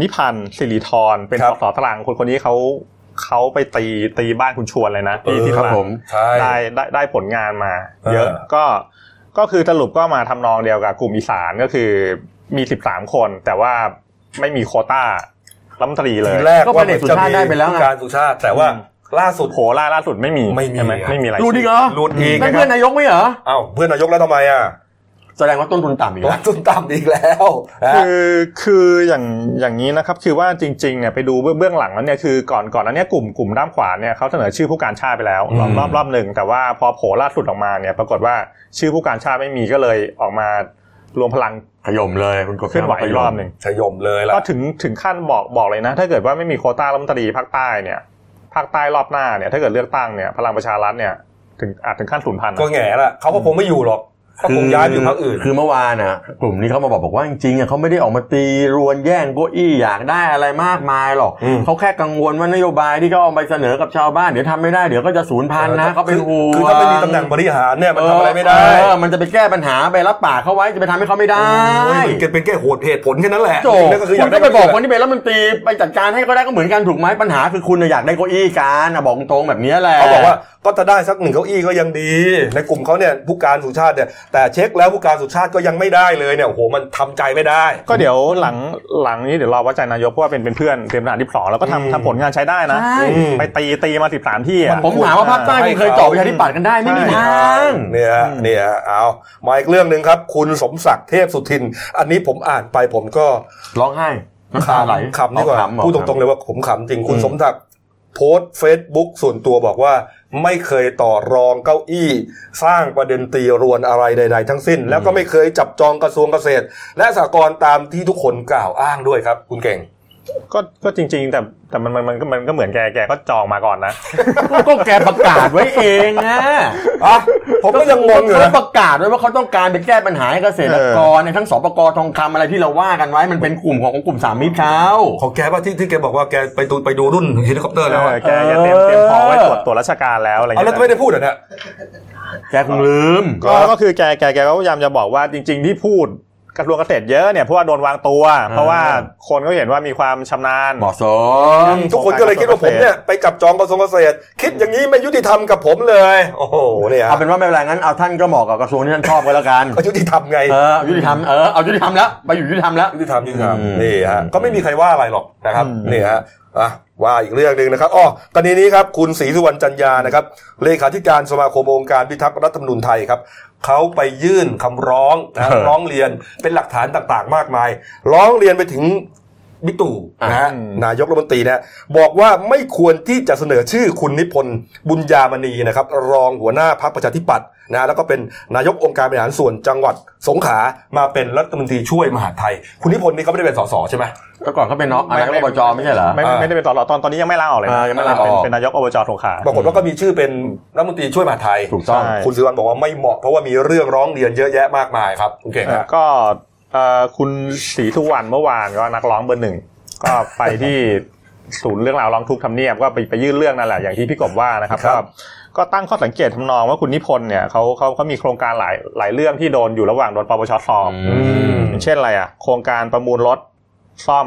Speaker 3: นิพันธ์สิริธรเป็น
Speaker 1: ครั
Speaker 3: ส
Speaker 1: บ
Speaker 3: สตรังคนคนนี้เขา เขาไปตีตีบ้านคุณชวนเลยนะที่ที่
Speaker 2: ครับ
Speaker 3: มา
Speaker 2: ผม
Speaker 1: ใช่
Speaker 3: ได้ได้ได้ผลงานมา เยอะก็ก็คือสรุปก็มาทำนองเดียวกับกลุ่มอีสานก็คือมี 13 คน แต่ว่าไม่มีโควต้ารัฐมนตรีเลย
Speaker 1: ทีแรก
Speaker 2: ก็
Speaker 1: ว่า
Speaker 2: เป็นเอกสุชาติได้ไปแล้วไง
Speaker 1: ผู้การสุชาติ แต่ว่า
Speaker 3: อืม
Speaker 1: ล่าสุด
Speaker 3: โผล่ล่าล่าสุดไม่มี
Speaker 1: ไม่มี
Speaker 3: ใช่ห
Speaker 1: อะ
Speaker 3: ไม่มีอะไราย
Speaker 2: หลุดอีกเหรอ
Speaker 1: หลุดอีก
Speaker 2: นั่น
Speaker 1: นะค
Speaker 2: เพื่
Speaker 1: รั
Speaker 2: อบนนายกไม่เหรอ
Speaker 1: อ้าวเพื่อนนายกแล้วทำไมอ่ะ
Speaker 2: แสดงว่าต้นทุนต่ำอีก
Speaker 1: ตัว
Speaker 2: แล้ว
Speaker 1: ตุนต่ำอีกแล้วนะ
Speaker 3: คือคืออย่างอย่างนี้นะครับคือว่าจริงๆเนี่ยไปดูเบื้องเบื้องหลังแล้วเนี่ยคือก่อนก่อนนั้นเนี่ยกลุ่มกลุ่มด้ามขวานเนี่ยเขาเสนอชื่อผู้การชาติไปแล้วรอบรอบรอบหนึ่งแต่ว่าพอโผล่ล่าสุดออกมาเนี่ยปรากฏว่าชื่อผู้การชาติไม่มีก็เลยออกมารวมพลัง
Speaker 2: ขย่มเลยคุณกบ
Speaker 3: เคลื่อนไหวอีกรอบหนึ่ง
Speaker 1: ชยมเลยล่ะ
Speaker 3: ก็ถึงถึงขั้นบอกบอกเลยนะ ถ้าเกิดว่าไม่มีโควต้ารัฐมนตรีภาคใต้เนี่ยภาคใต้รอบหน้าเนี่ยถ้าเกิดเลือกตั้งเนี่ยพลังประชารัฐเนี่ยถึงอาจถึงขั้นสูญพันธุ์นะ
Speaker 1: ก็แง่ละเขาก็คงไม่อยู่หรอกก็คงย้ายไปอยู่พรรคอื่น
Speaker 2: คือเมื่อวานน่ะกลุ่มนี้เขามาบอกบอกว่าจริงๆอ่ะเขาไม่ได้ออกมาตีรวนแย่งเก้าอี้อยากได้อะไรมากมายหรอก
Speaker 1: อืม
Speaker 2: เขาแค่กังวลว่านโยบายที่เขาเอาไปเสนอกับชาวบ้านเดี๋ยวทำไม่ได้เดี๋ยวก็จะสูญพันธุ์นะเขาเป็นห่วง
Speaker 1: คือถ้าไม่มีตำแหน่งบริหารเนี่ยมันทำอะไรไม่ได้
Speaker 2: เออมันจะไปแก้ปัญหาไปรับปากเขาไว้จะไปทำให้เขาไม่ได้
Speaker 1: โอ้ยมันเกิดเป็นแค่โหดเหตุผลแค่นั้นแหละ
Speaker 2: โจ
Speaker 1: นั่นก็คืออยา
Speaker 2: คุ
Speaker 1: ก
Speaker 2: ณ
Speaker 1: ได้
Speaker 2: ก็ไปบอกคนที่เป็นรัฐมนตรีไปจัดการให้ก็ได้ก็เหมือนกันถูกไหมปัญหาคือคุณน่ะอยากได้เก้าอี้การน่ะบอกตรงๆแบบนี้แหละ
Speaker 1: เขาบอกว่าก็จะได้สักหนึ่งเก้าอี้ก็ยังดี ในกลุ่มเขาเนี่ยผู้การสุชาติเนี่ยแต่เช็คแล้วผู้การสุชาติก็ยังไม่ได้เลยเนี่ยโอ้โหมันทำใจไม่ได้
Speaker 3: ก็เดี๋ยวหลังหลังนี้เดี๋ยวรอว่าใจนายกเพราะว่าเป็นเป็นเพื่อนเตรียมทหารที่สองแล้วก็
Speaker 1: อืม
Speaker 3: ทำทำผลงานใช้ได้นะ
Speaker 2: ใช่
Speaker 1: อืม
Speaker 3: ไปตีตีมาสิบสามที่อะ
Speaker 2: ผมถามว่าภาคใต้คุณเคยเจาะประชาธิปัตย์กันได้ไม่มี
Speaker 3: ใช่
Speaker 2: ทาง
Speaker 1: เนี่ยเนี่ยเอามาอีกเรื่องหนึ่งครับ คุณสมศักดิ์เทพสุทิน อันนี้ผมอ่านไปผมก็
Speaker 2: ร้องไห้น้ำตาไหล
Speaker 1: ขำดีกว่า
Speaker 2: เอขำ
Speaker 1: พูดตรงๆเลยว่าผมขำจริงคุณสมศักดิ์โพสต์เฟซบุ๊กส่วนตัวบอกว่า ไม่เคยต่อรองเก้าอี้ สร้างประเด็นตีรวนอะไรใด ๆ ทั้งสิ้น แล้วก็ไม่เคยจับจองกระทรวงเกษตร และสหกรณ์ตามที่ทุกคนกล่าวอ้างด้วยครับ คุณเก่ง
Speaker 3: ก็ก็จริง ๆ แต่แต่มันมันมันก็มันก็เหมือนแกแกก็จองมาก่อนนะ
Speaker 2: ๆก็แกประกาศไว้เองนะ
Speaker 1: อ่ะผมก็ยังงงอยู่นะ
Speaker 2: เขาประกาศไว้ว่าเขาต้องการไปแก้ปัญหาให้เกษตรกรในทั้งสปกทองคำอะไรที่เราว่ากันไว้มันเป็นกลุ่มของกลุ่มสามมิตรเขา
Speaker 1: ของแกว่าที่ที่แกบอกว่าแกไปดูไปดูรุ่นเฮลิคอปเตอร์แล้ว
Speaker 3: เอ
Speaker 1: อะ
Speaker 3: อแกแกเตรียม
Speaker 2: เออ
Speaker 3: เตรียมพอไว้ตรวจตรวจราชการแล้วอะไรอย่าง
Speaker 1: เอาแล้ว
Speaker 3: เงี้ย
Speaker 1: ไม่ได้พูดเหรอเนี่ย
Speaker 2: แกคงลืม
Speaker 3: ก็ก็คือแกแกแกก็พยายามจะบอกว่าจริง ๆ ที่พูดกระทรวงเกษตรเยอะเนี่ยเพราะว่าโดนวางตัว เพราะว่าคนก็เห็นว่ามีความชำนาญ
Speaker 2: เหมาะสม
Speaker 1: ทุกคนก็เลยคิดว่าผมเนี่ยไปจับจองกระทรวงเกษตร คิดอย่างนี้ไม่ยุติธรรมกับผมเลย โอ้โหเนี่ย
Speaker 2: เอาเป็นว่าไม่เป็นไรงั้นเอาท่านก็เหมาะกับกระทรวงที่ท่านชอบก็แล้วกัน
Speaker 1: ก็ยุติธรรมไง
Speaker 2: เออยุติธรรมเออเอายุติธรรมแล้วไปอยู่ยุติธรรมแล้ว
Speaker 1: ยุติธรรมยุติธรรม
Speaker 2: อืม
Speaker 1: นี่ฮะก็ไม่มีใครว่าอะไรหรอกนะครับนี่ฮะอ่ะว่าอีกเรื่องหนึ่งนะครับอ๋อกรณีนี้ครับคุณศรีสุวรรณจันยานะครับเลขาธิการสมาคมองค์การพิทักษ์รัฐธรรมนูญไทยครับเขาไปยื่นคำร้องนะร้องเรียนเป็นหลักฐานต่างๆ มากมาย ร้องเรียนไปถึงบิ๊กตู่นะฮะ
Speaker 3: อืม
Speaker 1: นายกรัฐมนตรีนะบอกว่าไม่ควรที่จะเสนอชื่อคุณนิพนธ์บุญญามณีนะครับ รองหัวหน้าพรรคประชาธิปัตย์นะแล้วก็เป็นนายกองค์การบริหารส่วนจังหวัดสงขลามาเป็นรัฐมนตรีช่วยมหาดไทย คุณนิพนธ์นี่เขาไม่ได้เป็นสสใช่ไหม
Speaker 2: ก็ก่อนเขาเป็นน้องอะไรก็บจไม่ใช่เหรอ
Speaker 3: ไม่ไม่ไม่ได้เป็นตอนตอนตอนนี้ยังไม่ลาออกเลยนะ
Speaker 2: อ่ายังไม่ลาออก
Speaker 3: เป็นเป็นนายกอบจสงขลา
Speaker 1: ปรากฏว่าก็มีชื่อเป็นรัฐมนตรีช่วยมหาดไทย
Speaker 2: ถูกต้อง
Speaker 3: ใช่
Speaker 1: คุณสิวันบอกว่าไม่เหมาะเพราะว่ามีเรื่องร้องเรียนเยอะแยะมากมายครับคุณเก่ง
Speaker 3: เอ่อ
Speaker 1: ฮะ
Speaker 3: ก็เอ่อคุณศรีทุกวันเมื่อวานก็นักร้องเบอร์หนึ่ง ก็ไปที่ศูนย์เรื่องราวร้องทุกข์ทำเนียบก็ไปไปยื่นเรื่องนั่นแหละอย่างที่พี่กบว่านะครับก็ก็ตั้งข้อสังเกตทำนองว่าคุณนิพนธ์เนี่ยเขาเขาเขามีโครงการหลายหลายเรื่องที่โดนอยู่ระหว่างโดนปปชสอบ
Speaker 2: อื
Speaker 1: ม
Speaker 3: อย่างเช่นอะไรอ่ะโครงการประมูลรถซ่อม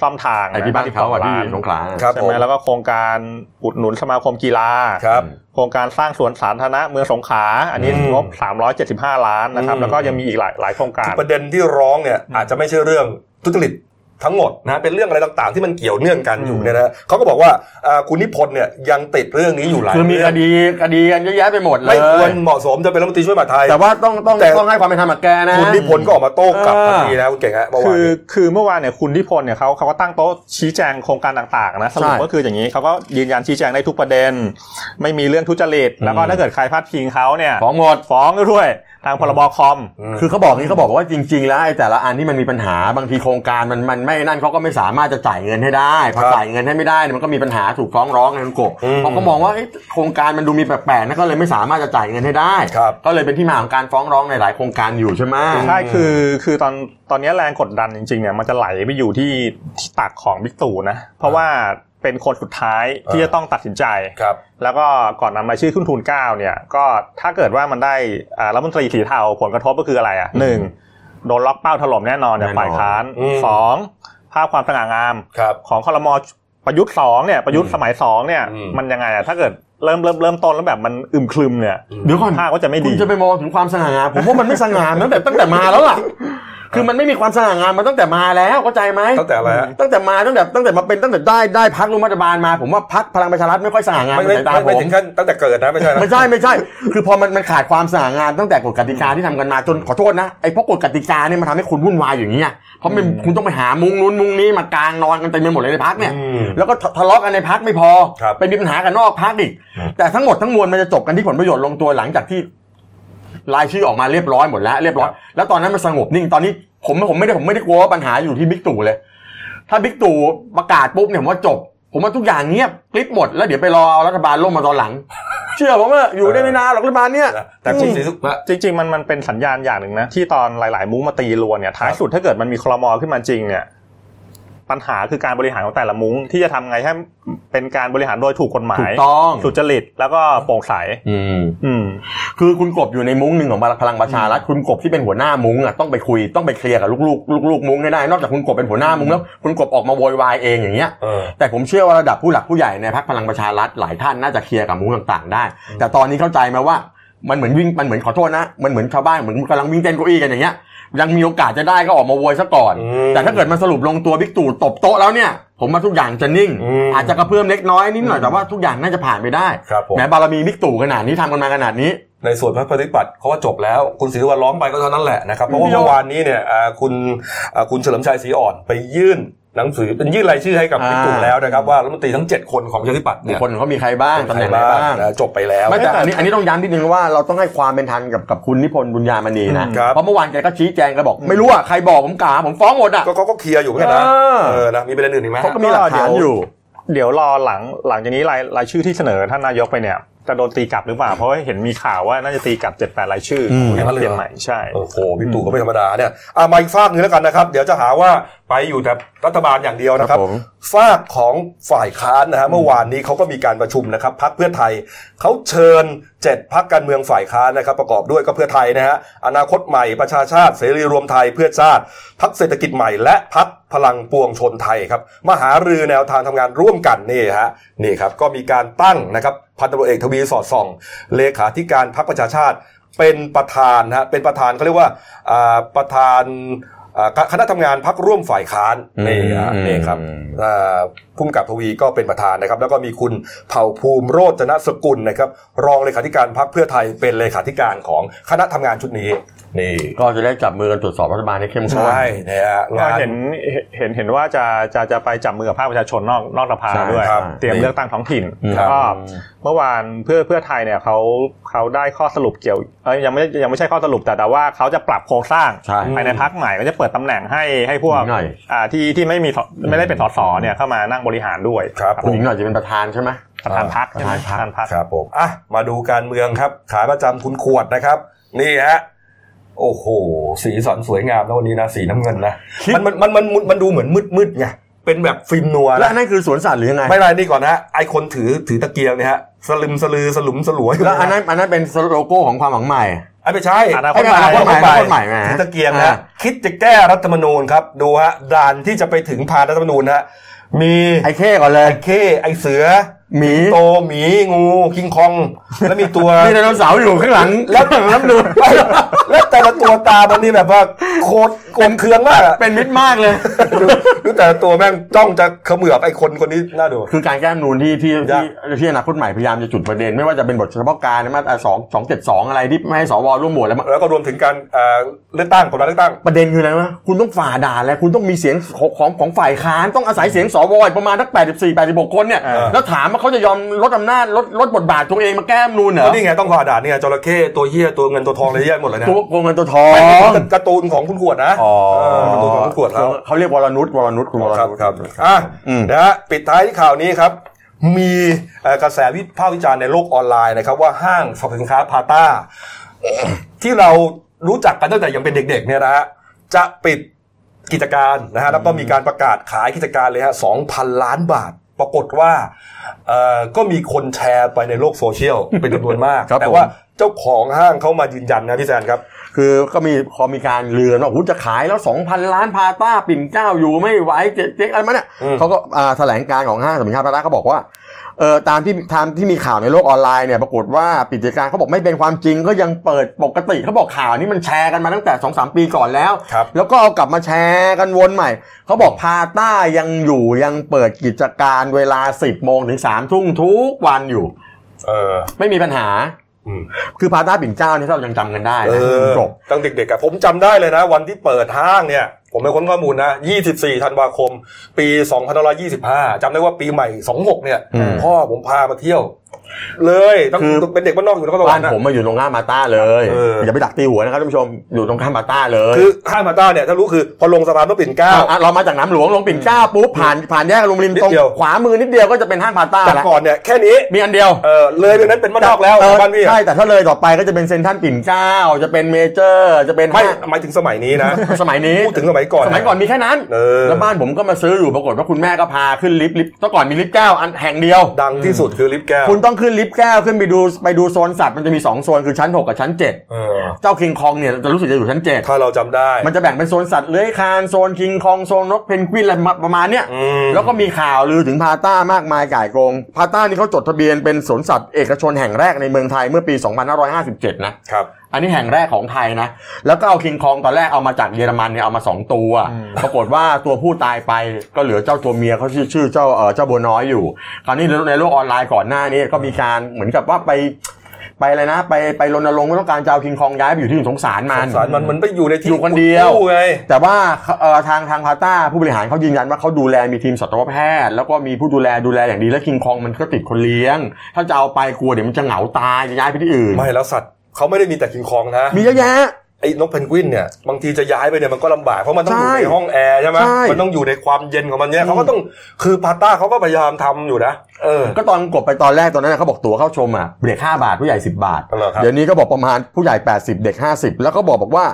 Speaker 3: ซ่อมทาง
Speaker 2: ไอที่บ้านเขาอ่ะที่
Speaker 3: ล้น
Speaker 2: สงขลา
Speaker 1: ครับ
Speaker 3: ใช่ไหมแล้วก็โครงการอุดหนุนสมาคมกีฬา
Speaker 1: ครับ
Speaker 3: โครงการสร้างสวนสาธารณะเมืองสงขลาอันนี้
Speaker 1: อืม
Speaker 3: งบ 375 ล้านนะครับ
Speaker 1: อืม
Speaker 3: แล้วก็ยังมีอีกหลายหลายโครงการ
Speaker 1: ประเด็นที่ร้องเนี่ยอาจจะไม่ใช่เรื่องทุจริตทั้งหมดนะเป็นเรื่องอะไรต่างๆ ที่มันเกี่ยวเนื่องกันอยู่เนี่ยนะเขาก็บอกว่าอ่าคุณนิพนธ์เนี่ยยังติดเรื่องนี้อยู่หลาย
Speaker 2: คือมี
Speaker 1: เรื่
Speaker 2: ค
Speaker 1: อง
Speaker 2: ดีคดีกันเยอะแยะไปหมดเล
Speaker 1: ไม่
Speaker 2: ย
Speaker 1: ควรเหมาะสมจะเป็นรัฐมนตรีช่วยมหาดไทย
Speaker 2: แต่ว่าต้องต้อง
Speaker 1: แต่
Speaker 2: ต้องให้ความเป็นธรรมกับแกนะ
Speaker 1: คุณนิพนธ์ก็ออกมาโต้กลับทันทีนะคุณเก่งฮะเมื่อวาน
Speaker 3: คือ
Speaker 1: นี้
Speaker 3: คือเมื่อวานเนี่ยคุณทิพลเนี่ยเขาเขาก็ตั้งโต๊ะชี้แจงโครงการต่างๆนะสรุป
Speaker 2: ใช่
Speaker 3: ก็คืออย่างนี้เขาก็ยืนยันชี้แจงได้ทุกประเด็น ไม่มีเรื่องทุจริต แล้วก็
Speaker 2: อืม
Speaker 3: ถ้าเกิดใครพลาดพิงเขาเนี่ย
Speaker 2: ของหมด
Speaker 3: ฟ้องด้วยทางพรบคอม
Speaker 2: คือเขาบอกนี้เขาบอกว่าจริง ๆ แล้วไอ้แต่ละอันที่มันมีปัญหาบางทีโครงการมันมันไม่นั่นเขาก็ไม่สามารถจะจ่ายเงินให้ได้พอ
Speaker 1: ครับ
Speaker 2: จ่ายเงินให้ไม่ได้เนี่ยมันก็มีปัญหาถูกฟ้องร้องไงคุณกบ
Speaker 1: อืม
Speaker 2: เขาก็มองว่าเอ๊ะโครงการมันดูมีแปลกๆนะก็เลยไม่สามารถจะจ่ายเงินให้ได้
Speaker 1: ครับ
Speaker 2: ก็เลยเป็นที่มาของการฟ้องร้องในหลายโครงการอยู่ใช่ไหม
Speaker 3: ใช่คือคือตอนตอนนี้แรงกดดันจริงๆเนี่ยมันจะไหลไปอยู่ที่ที่ตักของบิ๊กตู่นะเพราะว่าเป็นคนสุดท้ายที่
Speaker 1: อ่า
Speaker 3: จะต้องตัดสินใจ
Speaker 1: ครับ
Speaker 3: แล้วก็ก่อนนำรายชื่อขึ้นทุนเกล้าเนี่ยก็ถ้าเกิดว่ามันได้อ่ารัฐมนตรีสีเทาผลกระทบก็คืออะไรอ่ะหนึ่งโดนล็อกเป้าถล่มแน่นอนจาก
Speaker 2: แน่นอน
Speaker 3: ฝ่ายค้าน
Speaker 1: อืม
Speaker 3: สองภาพความสง่างาม
Speaker 1: ครับ
Speaker 3: ของคอรมอ ประยุทธ์สองเนี่ยประยุทธ์สมัยสองเนี่ย
Speaker 1: อืม
Speaker 3: มันยังไงอะถ้าเกิดเริ่มเริ่มเริ่มต้นแล้วแบบมันอึมครึมเนี่ย
Speaker 2: เดี๋ยวก่อน
Speaker 3: ภาพก็จะไม่
Speaker 2: คุ
Speaker 3: ดี
Speaker 2: ณจะไปมองถึงความสง่างามผมว่ามันไม่สง่างามตั้งแต่ตั้งแต่มาแล้วล่ะ คือมันไม่มีความสง่างามมาตั้งแต่มาแล้วเข้าใจไหม
Speaker 1: ตั้งแต่อะไรฮะ
Speaker 2: ตั้งแต่มาตั้งแต่ตั้งแต่มาเป็นตั้งแต่ได้ได้พักร่วมรัฐบาลมา ผมว่าพักพลังประชารัฐไม่ค่อยสง่างาม
Speaker 1: ไม่
Speaker 2: ใน
Speaker 1: ไม่
Speaker 2: สายตา
Speaker 1: ไม่
Speaker 2: ผ
Speaker 1: ไม่
Speaker 2: ม
Speaker 1: ถึงขั้นตั้งแต่เกิดนะไม่ใช่นะ
Speaker 2: *laughs* ไม่ใช่ไม่ใช่ คือพอมันมันขาดความสง่างามตั้งแต่กฎกติกาที่ทำกันมาจนขอโทษนะไอ้พวกกฎกติกาเนี่ยมันทำให้คุณวุ่นวายอย่างนี้ยเพราะมันคุณต้องไปหามุ้งนู้นมุ้งนี้มากางนอนกันเต็มไปหมดเลยในพักเนี่ย
Speaker 1: อืม
Speaker 2: แล้วก็ทะทะเลาะกันในพักไม่พอ
Speaker 1: ครับ
Speaker 2: ไปมีปัญหากันนอกพักอีก
Speaker 1: อืม
Speaker 2: แต่ทั้งหมดทั้งมวลมันจะจบกันที่ผลประโยชน์ลงตัวหลังจากที่รายชื่อออกมาเรียบร้อยหมดแล้วเรียบร้อยแล้วตอนนั้นมันสงบนิ่งตอนนี้ผมผมไม่ได้ผมไม่ได้กลัวว่าปัญหาอยู่ที่บิ๊กตู่เลย ถ้าบิ๊กตู่ประกาศปุ๊บเนี่ยผมว่าจบ ผมว่าทุกอย่างเงียบคลิปหมดแล้วเดี๋ยวไปรอเอารัฐบาลล่มมาตอนหลัง *laughs* เชื่อผมว่าอยู่ได้ไม่นานหรอกรัฐบาลเนี่ย
Speaker 1: แต่คุณศรีสุข
Speaker 3: จริงๆมันมันเป็นสัญญาณอย่างหนึ่งนะ ที่ตอนหลาย ๆ มุ้งมาตีรวนเนี่ยท้ายสุดถ้าเกิดมันมีคลมอขึ้นมาจริงเนี่ย ปัญหาคือการบริหารของแต่ละมุ้งที่จะทำไงให้เป็นการบริหารโดยถูกกฎหมาย
Speaker 2: ถูกต้อง
Speaker 3: สุจริตแล้วก็โปร่งใส
Speaker 2: อืม
Speaker 3: อืม
Speaker 2: คือคุณกบอยู่ในมุ้งหนึ่งของพลังประชารัฐคุณกบที่เป็นหัวหน้ามุ้งอ่ะต้องไปคุยต้องไปเคลียร์กับลูกๆลูกๆมุ้งให้ได้นอกจากคุณกบเป็นหัวหน้ามุ้งแล้วคุณกบออกมาโวยวายเองอย่างเงี้ย
Speaker 1: เออ
Speaker 2: แต่ผมเชื่อว่าระดับผู้หลักผู้ใหญ่ในพรรคพลังประชารัฐหลายท่านน่าจะเคลียร์กับมุ้งต่างๆได้ แต่ตอนนี้เข้าใจไหมว่ามันเหมือนวิ่งมันเหมือนขอโทษนะ มันเหมือนชาวบ้านเหมือนกำลังวิ่งเต้นเก้าอี้กันอย่างเงี้ยยังมีโอกาสจะได้ก็ออกมาโวยซะก่อน
Speaker 1: อืม
Speaker 2: แต่ถ้าเกิดมันสรุปลงตัวบิ๊กตู่ตบโต๊ะแล้วเนี่ย ผมว่าทุกอย่างจะนิ่ง
Speaker 1: อืม
Speaker 2: อาจจะกระเพื่อมเล็กน้อยนิดหน่อยแต่ว่าทุกอย่างน่าจะผ่านไปได้
Speaker 1: ครับผม
Speaker 2: แหมบารมีบิ๊กตู่ขนาดนี้ทำกันมาขนาดนี้
Speaker 1: ในส่วนพระปฏิบัติเขาว่าจบแล้วคุณศรีสุวรรณร้องไปก็เท่านั้นแหละนะครับเพราะว่า
Speaker 2: เดี๋ยว
Speaker 1: เมื่อวานนี้เนี่ยอ่าคุณอ่าคุณเฉลิมชัยศรีอ่อนไปยื่นหนังสือเป็นยื่นรายชื่อให้กับ
Speaker 2: อ่า
Speaker 1: บิ๊กตู่แล้วนะครับว่ารัฐมนตรีทั้ง 7 คนของประชาธิปัตย์
Speaker 2: บุค
Speaker 1: เนี่ย
Speaker 2: คลเขามีใครบ้างตำแหน่งไหนบ้าง
Speaker 1: นะจบไปแล้ว
Speaker 2: ไม่แต่อันนี้อันนี้ต้องย้ำนิดนึงว่าเราต้องให้ความเป็นธรรมกับกับคุณนิพนธ์บุญญามณีนะ
Speaker 1: อืมครับ
Speaker 2: เพราะเมื่อวานแกก็ชี้แจงแกบอก ไม่รู้อ่ะใครบอกผมกล่าวผมฟ้องหมดอ่ะ
Speaker 1: ก็เขาก็เคลียร์อยู่เหมือนกันนะ
Speaker 2: เออ
Speaker 1: เออนะมีประเด็นอื่นอีกไหม
Speaker 2: เขาก็มีหลักฐานอยู่
Speaker 3: เดี๋ยวรอหลังหลังจากนี้รายรายชื่อที่เสนอท่านนายกไปเนี่ยจะโดนตีกลับหรือเปล่าเพราะว่าเห็นมีข่าวว่าน่าจะตีกลับเจ็ดแปดรายชื่ออ
Speaker 2: ม
Speaker 3: ให้มาเปลี่ยนใหม่ใช่
Speaker 1: โอ้โหบิ๊กตู่ก็ไม่ธรรมดาเนี่ยอ่ะมาอีกฝากหนึงแล้วกันนะครับเดี๋ยวจะหาว่าไปอยู่แต่รัฐบาลอย่างเดียวนะครับ
Speaker 2: ครับผม
Speaker 1: ฝากของฝ่ายค้านนะฮะเมื่อวานนี้เขาก็มีการประชุมนะครับพักเพื่อไทยเขาเชิญเจ็ดพักการเมืองฝ่ายค้านนะครับ ประกอบด้วยก็เพื่อไทยนะฮะอนาคตใหม่ประชาชาติเสรีรวมไทยเพื่อชาติพักเศรษฐกิจใหม่และพักพลังปวงชนไทยครับมาหารือแนวทางทำงานร่วมกันนี่ฮะนี่ครับก็มีการตั้งนะครับพันตำรวจเอกทวีสอดส่อง เลขาธิการพักประชาชาติ เป็นประธานนะฮะเป็นประธานเขาเรียกว่าอ่าประธานอ่าคณะทำงานพักร่วมฝ่ายค้านนี่ฮะนี่ครับ อ่าผู้กำกับทวีก็เป็นประธานนะครับ แล้วก็มีคุณเผ่าภูมิโรจนสกุลนะครับ รองเลขาธิการพรรคเพื่อไทยเป็นเลขาธิการของคณะทำงานชุดนี้ นี่
Speaker 2: ก็จะได้จับมือกันตรวจสอบรัฐบาลให้เข้มข้น
Speaker 1: ใช่เนี่ยฮะงาน
Speaker 3: เห็นเห็นเห็นว่าจะจะจะไปจับมือกับภาคประชาชนนอกนอกสภา
Speaker 2: ใช่
Speaker 3: ด้วย
Speaker 1: ครับ
Speaker 3: เตรียมเลือกตั้งท้องถิ่น
Speaker 2: อืม
Speaker 3: แล้วก็เมื่อวานเพื่อเพื่อไทยเนี่ยเขาเขาได้ข้อสรุปเกี่ยวเอ้ยยังไม่ยังไม่ใช่ข้อสรุปแต่แต่ว่าเขาจะปรับโครงสร้าง
Speaker 2: ใช่
Speaker 3: ภายในพักใหม่ก็จะเปิดตำแหน่งให้ให้พวก
Speaker 2: หน่อย
Speaker 3: อ่าที่ที่ไม่มีสไม่ได้เป็นสสเนี่ยเข้ามานั่งบริหารด้วย
Speaker 1: ครับผ
Speaker 2: คุณห
Speaker 1: ม
Speaker 2: ญิงหน่อยจะเป็นประธานใช่ไหม
Speaker 3: ประธานพัก
Speaker 2: ประธานพรรค
Speaker 3: ประธานพัก
Speaker 1: ครับผมอ่ะมาดูการเมืองครับ ขาประจำคุณขวดนะครับ นี่ฮะโอ้โห สีสันสวยงามนะวันนี้นะสีน้ำเงินนะมันมันมันมันมันดูเหมือนมืดมืดๆไงเป็นแบบฟิล์มนัวนะ
Speaker 2: แล้วอันนั่นคือสวนสัตว์หรือยังไง
Speaker 1: ไม่ไรนี่ก่อนนะไอคนถือถือตะเกียงเนี่ยฮะสลึมสลือสลุมสลวย
Speaker 2: แล้วอันนั้นอันนั้นเป็นโลโก้ของความหวังใหม่
Speaker 1: ไอ้ไม่ใช่
Speaker 3: อนาค
Speaker 1: ไอ้
Speaker 3: ตใหม่
Speaker 1: อนาคต
Speaker 2: อนาคต
Speaker 1: ให
Speaker 2: ใหม่
Speaker 1: ม่
Speaker 2: นะ
Speaker 1: ถือตะเกียงนะ
Speaker 2: อ่า
Speaker 1: คิดจะแก้รัฐธรรมนูญครับ ดูฮะด่านที่จะไปถึงผ่านรัฐธรรมนูญฮะมี
Speaker 2: ไอ้เข้ก่อนเลย
Speaker 1: ไอ้เข้ไอ้เสือ
Speaker 2: หมี
Speaker 1: โตหมีงูคิงคอง แล้วมีตัว
Speaker 2: มีไดโนเสาร์อยู่ข้างหลังแล้วน้ำดู
Speaker 1: แล้วแต่ละตัวตามันนี่แบบว่าโคตรโกลมเคืองมากอะ
Speaker 2: เป็นมิตรมากเลย
Speaker 1: ดูดูแต่ละตัวแม่งจ้องจะเขมือบไอ้คนคนนี้น่าดู
Speaker 2: คือการแก้รัฐธรรมนูนที่ที่
Speaker 1: ยาก
Speaker 2: ที่ที่อนาคตใหม่พยายามจะจุดประเด็น ไม่ว่าจะเป็นบทเฉพาะการมาตราสองสองเจ็ดสองอะไรที่ไม่ให้สวร่วมโหวตแล้วมัน
Speaker 1: แล้วก็รวมถึงการเอ่อเลือกตั้งผลการเลือกตั้ง
Speaker 2: ประเด็นคืออะไรวะคุณต้องฝ่าด่านแล้วคุณต้องมีเสียงของของของฝ่ายค้านต้องอาศัยเสียงสวอีกประมาณทักแปดสิบสี่แปดสิบหกคนเนี่ย
Speaker 1: เออ
Speaker 2: แล้วถามว่าเขาจะยอมลดอำนาจลดลดบทบาทตัวเองมาแก้รัฐธรรมนูนเหร
Speaker 1: ก็
Speaker 2: อ
Speaker 1: นี่ไงต้องผ่าด่านเนี่ยจระเข้ตัวเหี้ยตัวเงินตัวทองอะไรเยอะหมดเลยนะ
Speaker 2: ตัวโกงเงินตัวทอ
Speaker 1: ไม่
Speaker 2: ง
Speaker 1: ใช่การ์ตูนของคุณขวดนะ
Speaker 2: อ๋อ
Speaker 1: เออการ์ตูนของคุณขวดครับ
Speaker 2: เขาเรียกวรนุชวรนุชคุณวร
Speaker 1: ครับ
Speaker 2: นุช
Speaker 1: ครับอ่ะ
Speaker 2: อืม
Speaker 1: นะฮะปิดท้ายที่ข่าวนี้ครับ มีเอ่อกระแสวิพากษ์วิจารณ์ในโลกออนไลน์นะครับ ว่าห้างสรรพสินค้าพาต้า *coughs* ที่เรารู้จักกันตั้งแต่ยังเป็นเด็กๆเนี่ยนะฮะจะปิดกิจการนะฮะแล้วก็มีการประกาศขายกิจการเลยฮะสองพันล้านบาท ปรากฏว่าเอ่อก็มีคนแชร์ไปในโลกโซเชียลเป็นจำนวนมาก
Speaker 2: ครับ
Speaker 1: แต่
Speaker 2: ผม
Speaker 1: ว่าเจ้าของห้างเขามายืนยันนะพี่แซนครับ
Speaker 2: คือก็มีพอมีการเลือนว่าหูจะขายแล้ว 2,000 ล้านพาต้าปิ่นเกล้าอยู่ไม่ไหวเจ๊เจ๊อะไรมาเนี่ย
Speaker 1: อืม
Speaker 2: เขาก็อ่าแถลงการของห้างสรรพสินค้าพาต้าก็บอกว่าเออตามที่ตามที่มีข่าวในโลกออนไลน์เนี่ยปรากฏว่าปิดกิจการเขาบอกไม่เป็นความจริงก็ยังเปิดปกติเขาบอกข่าวนี้มันแชร์กันมาตั้งแต่ 2-3 ปีก่อนแล้ว
Speaker 1: ครับ
Speaker 2: แล้วก็เอากลับมาแชร์กันวนใหม่ เขาบอกพาต้ายังอยู่ยังเปิดกิจการเวลา 10โมงถึง3ทุ่มทุกวันอยู่
Speaker 1: เออ
Speaker 2: ไม่มีปัญหา
Speaker 1: อืม
Speaker 2: คือพาต้าปิ่นเจ้าเนี่ยถ้าเรายังจำกันได้
Speaker 1: เอ
Speaker 2: นะ
Speaker 1: อ
Speaker 2: จบ
Speaker 1: ตั้งเด็กๆอะผมจำได้เลยนะ วันที่เปิดห้างเนี่ย ผมไปค้นข้อมูลนะ 24 ธันวาคม ปี2525จำได้ว่าปีใหม่ 26 เนี่ย พ่อผมพามาเที่ยว เลยตั้งเป็นเด็กบ้านนอกอยู่นครสวร
Speaker 2: บ้าร น
Speaker 1: ค์นะ
Speaker 2: ผมมาอยู่ตรงข้ามมาต้าเลย
Speaker 1: เอออ
Speaker 2: อย่าไปดักตีหัวนะครับท่านผู้ชมอยู่ตรงข้ามมาต้าเลย
Speaker 1: คือห้างมาต้าเนี่ย ถ้ารู้คือพอลงสะพานพระปิ่นเกล้า
Speaker 2: อ่ะอ่ะเรามาจากน้ำหลวงลงปิ่นเกล้าปุ๊บผ่านผ่านแยกอลูมิเนียม
Speaker 1: นิด
Speaker 2: ตรง
Speaker 1: เดียว
Speaker 2: ขวามือนิดเดียวก็จะเป็นห้างพาต้า
Speaker 1: จาก
Speaker 2: แล้ว
Speaker 1: ก่อนเนี่ยแค่นี้
Speaker 2: มีอันเดียว
Speaker 1: เออเลยไปนั้นเป็นบ้านนอกแล้ว
Speaker 2: เ
Speaker 1: บ้านพี่อะ
Speaker 2: ใช่แต่ถ้าเลยต่อไปก็จะเป็นเซ็นทรัลปิ่นเกล้าจะเป็นเมเจอร์จะเป็น
Speaker 1: ไม่
Speaker 2: ห้าง
Speaker 1: หมายถึงสมัยนี้
Speaker 2: *laughs*
Speaker 1: นะ
Speaker 2: สมัยนี้
Speaker 1: พูดถึงสมัยก่อน
Speaker 2: สมัยก่อนมีแค่นั้น
Speaker 1: เออ
Speaker 2: แล้วบ้านผมก็มาซื้ออยู่ปรากฏว่าคุณแม่ก็พาขึ้นลิฟต์ลิฟต์แต่ก่อนมีลิฟต์แก้วอันแห่งเดียว
Speaker 1: ดังที่สุดคือลิฟต์แก้ว
Speaker 2: คุณต้องขึ้นลิฟต์แก้วขึ้นไปดูไปดูโซนสัตว์มันจะมี 2 โซนคือชั้น 6 กับชั้น 7
Speaker 1: เออ
Speaker 2: เจ้าคิงคองเนี่ยจะรู้สึกจะอยู่ชั้น
Speaker 1: ถ้าเราจำได้
Speaker 2: 7 มันจะแบ่งเป็นโซนสัตว์เลื้อยคลานโซนคิงคองโซนนกเพนกวินอะไรประมาณเนี้ย
Speaker 1: อืม
Speaker 2: แล้วก็มีข่าวลือถึงพาต้ามากมายก่ายกง พาต้านี่เขาจดทะเบียนเป็นสวนสัตว์เอกชนแห่งแรกในเมืองไทยเมื่อปี 2557 นะ
Speaker 1: ครับ
Speaker 2: อันนี้แห่งแรกของไทยนะ แล้วก็เอาคิงคองตอนแรกเอามาจากเยอรมันเนี่ยเอามาสองตัว ปรากฏว่าตัวผู้ตายไปก็เหลือเจ้าตัวเมียเขาชื่อชื่อเจ้าเออเจ้าบัวน้อยอยู่ คราวนี้ในโลกออนไลน์ก่อนหน้านี้ก็มีการเหมือนกับว่าไปไปอะไรนะ ไปไปรณรงค์ว่าต้องการจะเอาคิงคองย้ายไปอยู่ที่สงสารมัน
Speaker 1: สารมันมันไปอยู่ในที่
Speaker 2: อยู่คนเดียว
Speaker 1: กู้ไง
Speaker 2: แต่ว่าเอ่อทางทางพาต้าผู้บริหารเขายืนยันว่าเขาดูแลมีทีมสัตวแพทย์ แล้วก็มีผู้ดูแลดูแลอย่างดีและคิงคองมันก็ติดคนเลี้ยง ถ้าจะเอาไปกลัวเดี๋ยวมันจะเหงาตายจะย้ายไปที่อื่น
Speaker 1: ไม่แล้วสัตว์เขาไม่ได้มีแต่คิงคองนะ
Speaker 2: มีเยอะแยะ
Speaker 1: ไอ้นกเพนกวินเนี่ยบางทีจะย้ายไปเนี่ยมันก็ลำบากเพราะมันต้องอยู่
Speaker 2: ใช่
Speaker 1: ในห้องแอร์ใช่ไหม
Speaker 2: ใช่
Speaker 1: มันต้องอยู่ในความเย็นของมันเนี่ยเขาก็ต้องคือพาต้าเขาก็พยายามทำอยู่นะเออ
Speaker 2: ก็ตอนกดไปตอนแรกตอนนั้นนะเขาบอกตั๋วเข้าชมอ่ะเด็ก5บาทผู้ใหญ่ 10 บาท
Speaker 1: เอาเหรอครับ
Speaker 2: เดี๋ยวนี้ก็บอกประมาณผู้ใหญ่ 80 เด็ก 50 แล้วก็บอกบอกว่า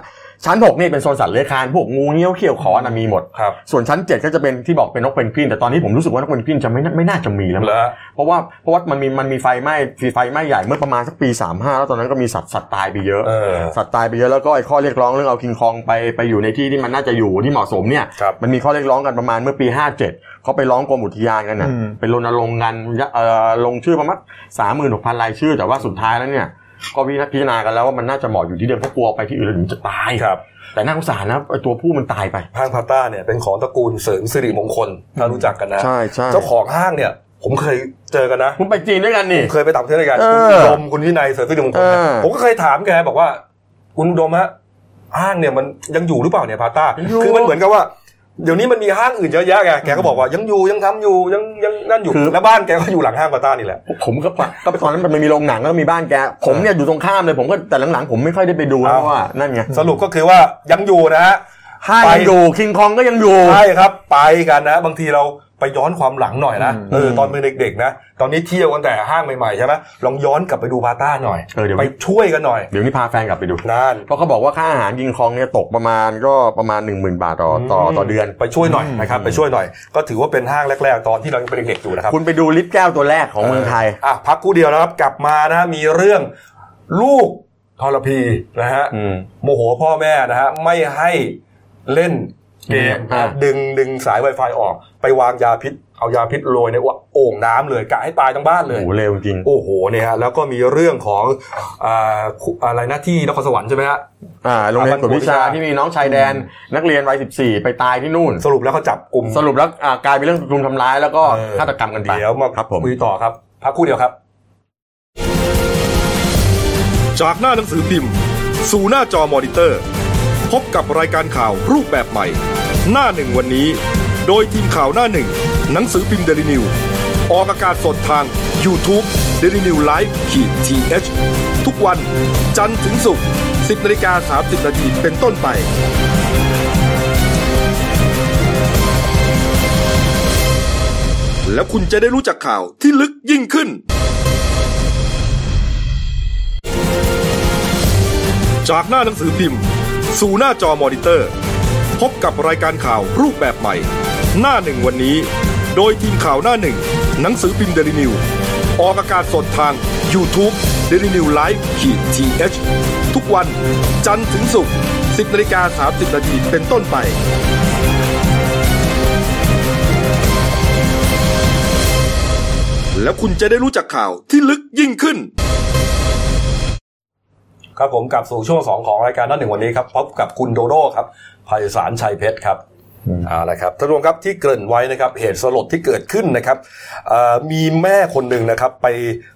Speaker 2: ชั้น 6 นี่เป็นโซนสัตว์เลื้อยคลานพวกงูเงี้ยวเขี้ยวขอนะมีหมด
Speaker 1: ครับ
Speaker 2: ส่วนชั้น 7 ก็จะเป็นที่บอกเป็นนกเพนกวิน แต่ตอนนี้ผมรู้สึกว่านกเพนกวินจะไม่น่าไม่น่าจะมีแล้วมั้ง
Speaker 1: แล้ว
Speaker 2: เพราะว่าเพราะว่ามันมีมันมีไฟไหม้ไฟไหม้ใหญ่เมื่อประมาณสักปี 35 แล้วตอนนั้นก็มีสัตว์สัตว์ตายไปเยอะ
Speaker 1: เออ
Speaker 2: สัตว์ตายไปเยอะแล้วก็ไอ้ข้อเรียกร้องเรื่องเอาคิงคองไปไปอยู่ในที่ที่มันน่าจะอยู่ที่เหมาะสมเนี่ย
Speaker 1: ครับ
Speaker 2: มันมีข้อเรียกร้องกันประมาณเมื่อปี 57เขาไปร้องกรมอุทยานกันนะ
Speaker 3: อืม
Speaker 2: ไปรณรงค์กันเอ่อลงชื่อประมาณสามหมื่นหกพันรายชื่อ แต่ว่าสุดท้ายแล้วเนี่ยก็วิพจารณากันแล้วว่ามันน่าจะเหมาะอยู่ที่เดิมเพราะกลัวไปที่อื่นแล้วเดี๋ยวมันจะตาย
Speaker 1: ครับ
Speaker 2: แต่น่าสงสารนะไอ้ตัวผู้มันตายไป
Speaker 1: ห้างพาต้าเนี่ยเป็นของตระกูลเสริมสิริมงคลถ้ารู้จักกันนะ
Speaker 2: ใช่ใช่
Speaker 1: เจ้าของห้างเนี่ย ผมเคยเจอกันนะ
Speaker 2: คุณไปจีนด้วยกันนี่
Speaker 1: เคยไปต่างประเทศด้วยกัน
Speaker 2: เอ
Speaker 1: คุ
Speaker 2: อ
Speaker 1: ณอุดมคุณวินัยเสริมสิริมงคลนะ
Speaker 2: เออ
Speaker 1: ผมก็เคยถามแกบอกว่า คุณอุดมฮะห้างเนี่ยมันยังอยู่หรือเปล่าเนี่ยพาต้าคือมันเหมือนกับว่า เดี๋ยวนี้มันมีห้างอื่นเยอะแยะไงแกก็บอกว่ายังอยู่ยังทำอยู่ยังยังนั่นอยู่แล้วบ้านแกก็อยู่หลังห้างพาต้านี่แหละ
Speaker 2: ผมก็ไป *laughs* ก็ไปตอนนั้นมันมีโรงหนังแล้วก็มีบ้านแกผมเนี่ยอยู่ตรงข้ามเลยผมก็แต่หลังๆผมไม่ค่อยได้ไปดูแล้วว่านั่นไง
Speaker 1: สรุปก็คือว่ายังอยู่นะฮะ
Speaker 2: ห้าง
Speaker 1: ไป
Speaker 2: ยังอยู่คิงคองก็ยังอยู่
Speaker 1: ใช่ครับไปกันนะ บางทีเราไปย้อนความหลังหน่อยนะเออตอนเป็นเด็กๆนะตอนนี้เที่ยวกันแต่ห้างใหม่ๆใช่ไหมลองย้อนกลับไปดูพาต้าหน่อย
Speaker 2: เออเดี๋ยว
Speaker 1: ไปช่วยกันหน่อย
Speaker 2: เดี๋ยวนี้พาแฟนกลับไปดู
Speaker 1: นั่น
Speaker 2: เพราะเขาบอกว่าค่าอาหารกิงคองเนี่ยตกประมาณก็ประมาณ 1 0,000 บาทต่อต่อต่อเดือน
Speaker 1: ไปช่วยหน่อยนะครับไปช่วยหน่อย ก็ถือว่าเป็นห้างแรก ๆ ตอนที่เรายังเป็นเด็กๆอยู่นะครับ
Speaker 2: คุณไปดูลิฟต์แก้วตัวแรกของเมืองไทย
Speaker 1: อ่ะพักครู่เดียวนะครับกลับมานะฮะมีเรื่องลูกทรพีนะฮะ
Speaker 2: อืม
Speaker 1: โมโหพ่อแม่นะฮะไม่ให้เล่นเกม
Speaker 2: อ่า
Speaker 1: ดึงดึงสาย Wi-Fi ออก ไปวางยาพิษ เอายาพิษโรยในโอ่งน้ำเลยกะให้ตายทั้งบ้านเล
Speaker 2: โอ้
Speaker 1: ย
Speaker 2: โหเร็วจริง
Speaker 1: โอ้โหเนี่ยฮะแล้วก็มีเรื่องของอ่าคุอะไรหน้าที่นครสวรรค์ใช่ไหมฮะ
Speaker 2: อ่าโรงเรียนกวดวิชา
Speaker 1: อ่า
Speaker 2: ที่มีน้องชายแดน นักเรียนวัย14 ไปตายที่นู่น
Speaker 1: สรุปแล้วเขาจับกลุ่ม
Speaker 2: สรุปแล้วอ่ากลายเป็นเรื่องรุมทำร้ายแล้วก็
Speaker 1: เออ
Speaker 2: ฆาตกรรมกันไป
Speaker 1: เดี๋ยวมา
Speaker 2: ครับผม
Speaker 1: คุยต่อครับพักครู่เดียวครับ
Speaker 4: จากหน้าหนังสือพิมพ์ สู่หน้าจอมอนิเตอร์ พบกับรายการข่าวรูปแบบใหม่ หน้าหนึ่งวันนี้ โดยทีมข่าวหน้าหนึ่ง หนังสือพิมพ์เดลิวิวออกอากาศสดทาง YouTube d e l i n e w l i v e ขีดทีทุกวันจันทร์ถึงศุกร์10นาฬิกา30นาทีเป็นต้นไป แล้วคุณจะได้รู้จักข่าวที่ลึกยิ่งขึ้น จากหน้าหนังสือพิมพ์ สู่หน้าจอมอนิเตอร์ พบกับรายการข่าวรูปแบบใหม่ หน้าหนึ่งวันนี้ โดยทีมข่าวหน้าหนึ่ง หนังสือพิมพ์เดลิวิวออกอากาศสดทาง YouTube d e l i n e w l i v e ขีดทีทุกวันจันทร์ถึงศุกร์10นาฬิกา30นาทีเป็นต้นไป แล้วคุณจะได้รู้จักข่าวที่ลึกยิ่งขึ้น
Speaker 1: ครับผมกลับสู่ช่วงสองของรายการนั่นหนึ่งวันนี้ครับพบกับคุณโดโด้ครับไพศาลชัยเพชรครับเอาละครับท่านผู้ชมครับที่เกริ่นไว้นะครับเหตุสลดที่เกิดขึ้นนะครับเอ่อมีแม่คนหนึ่งนะครับ ไป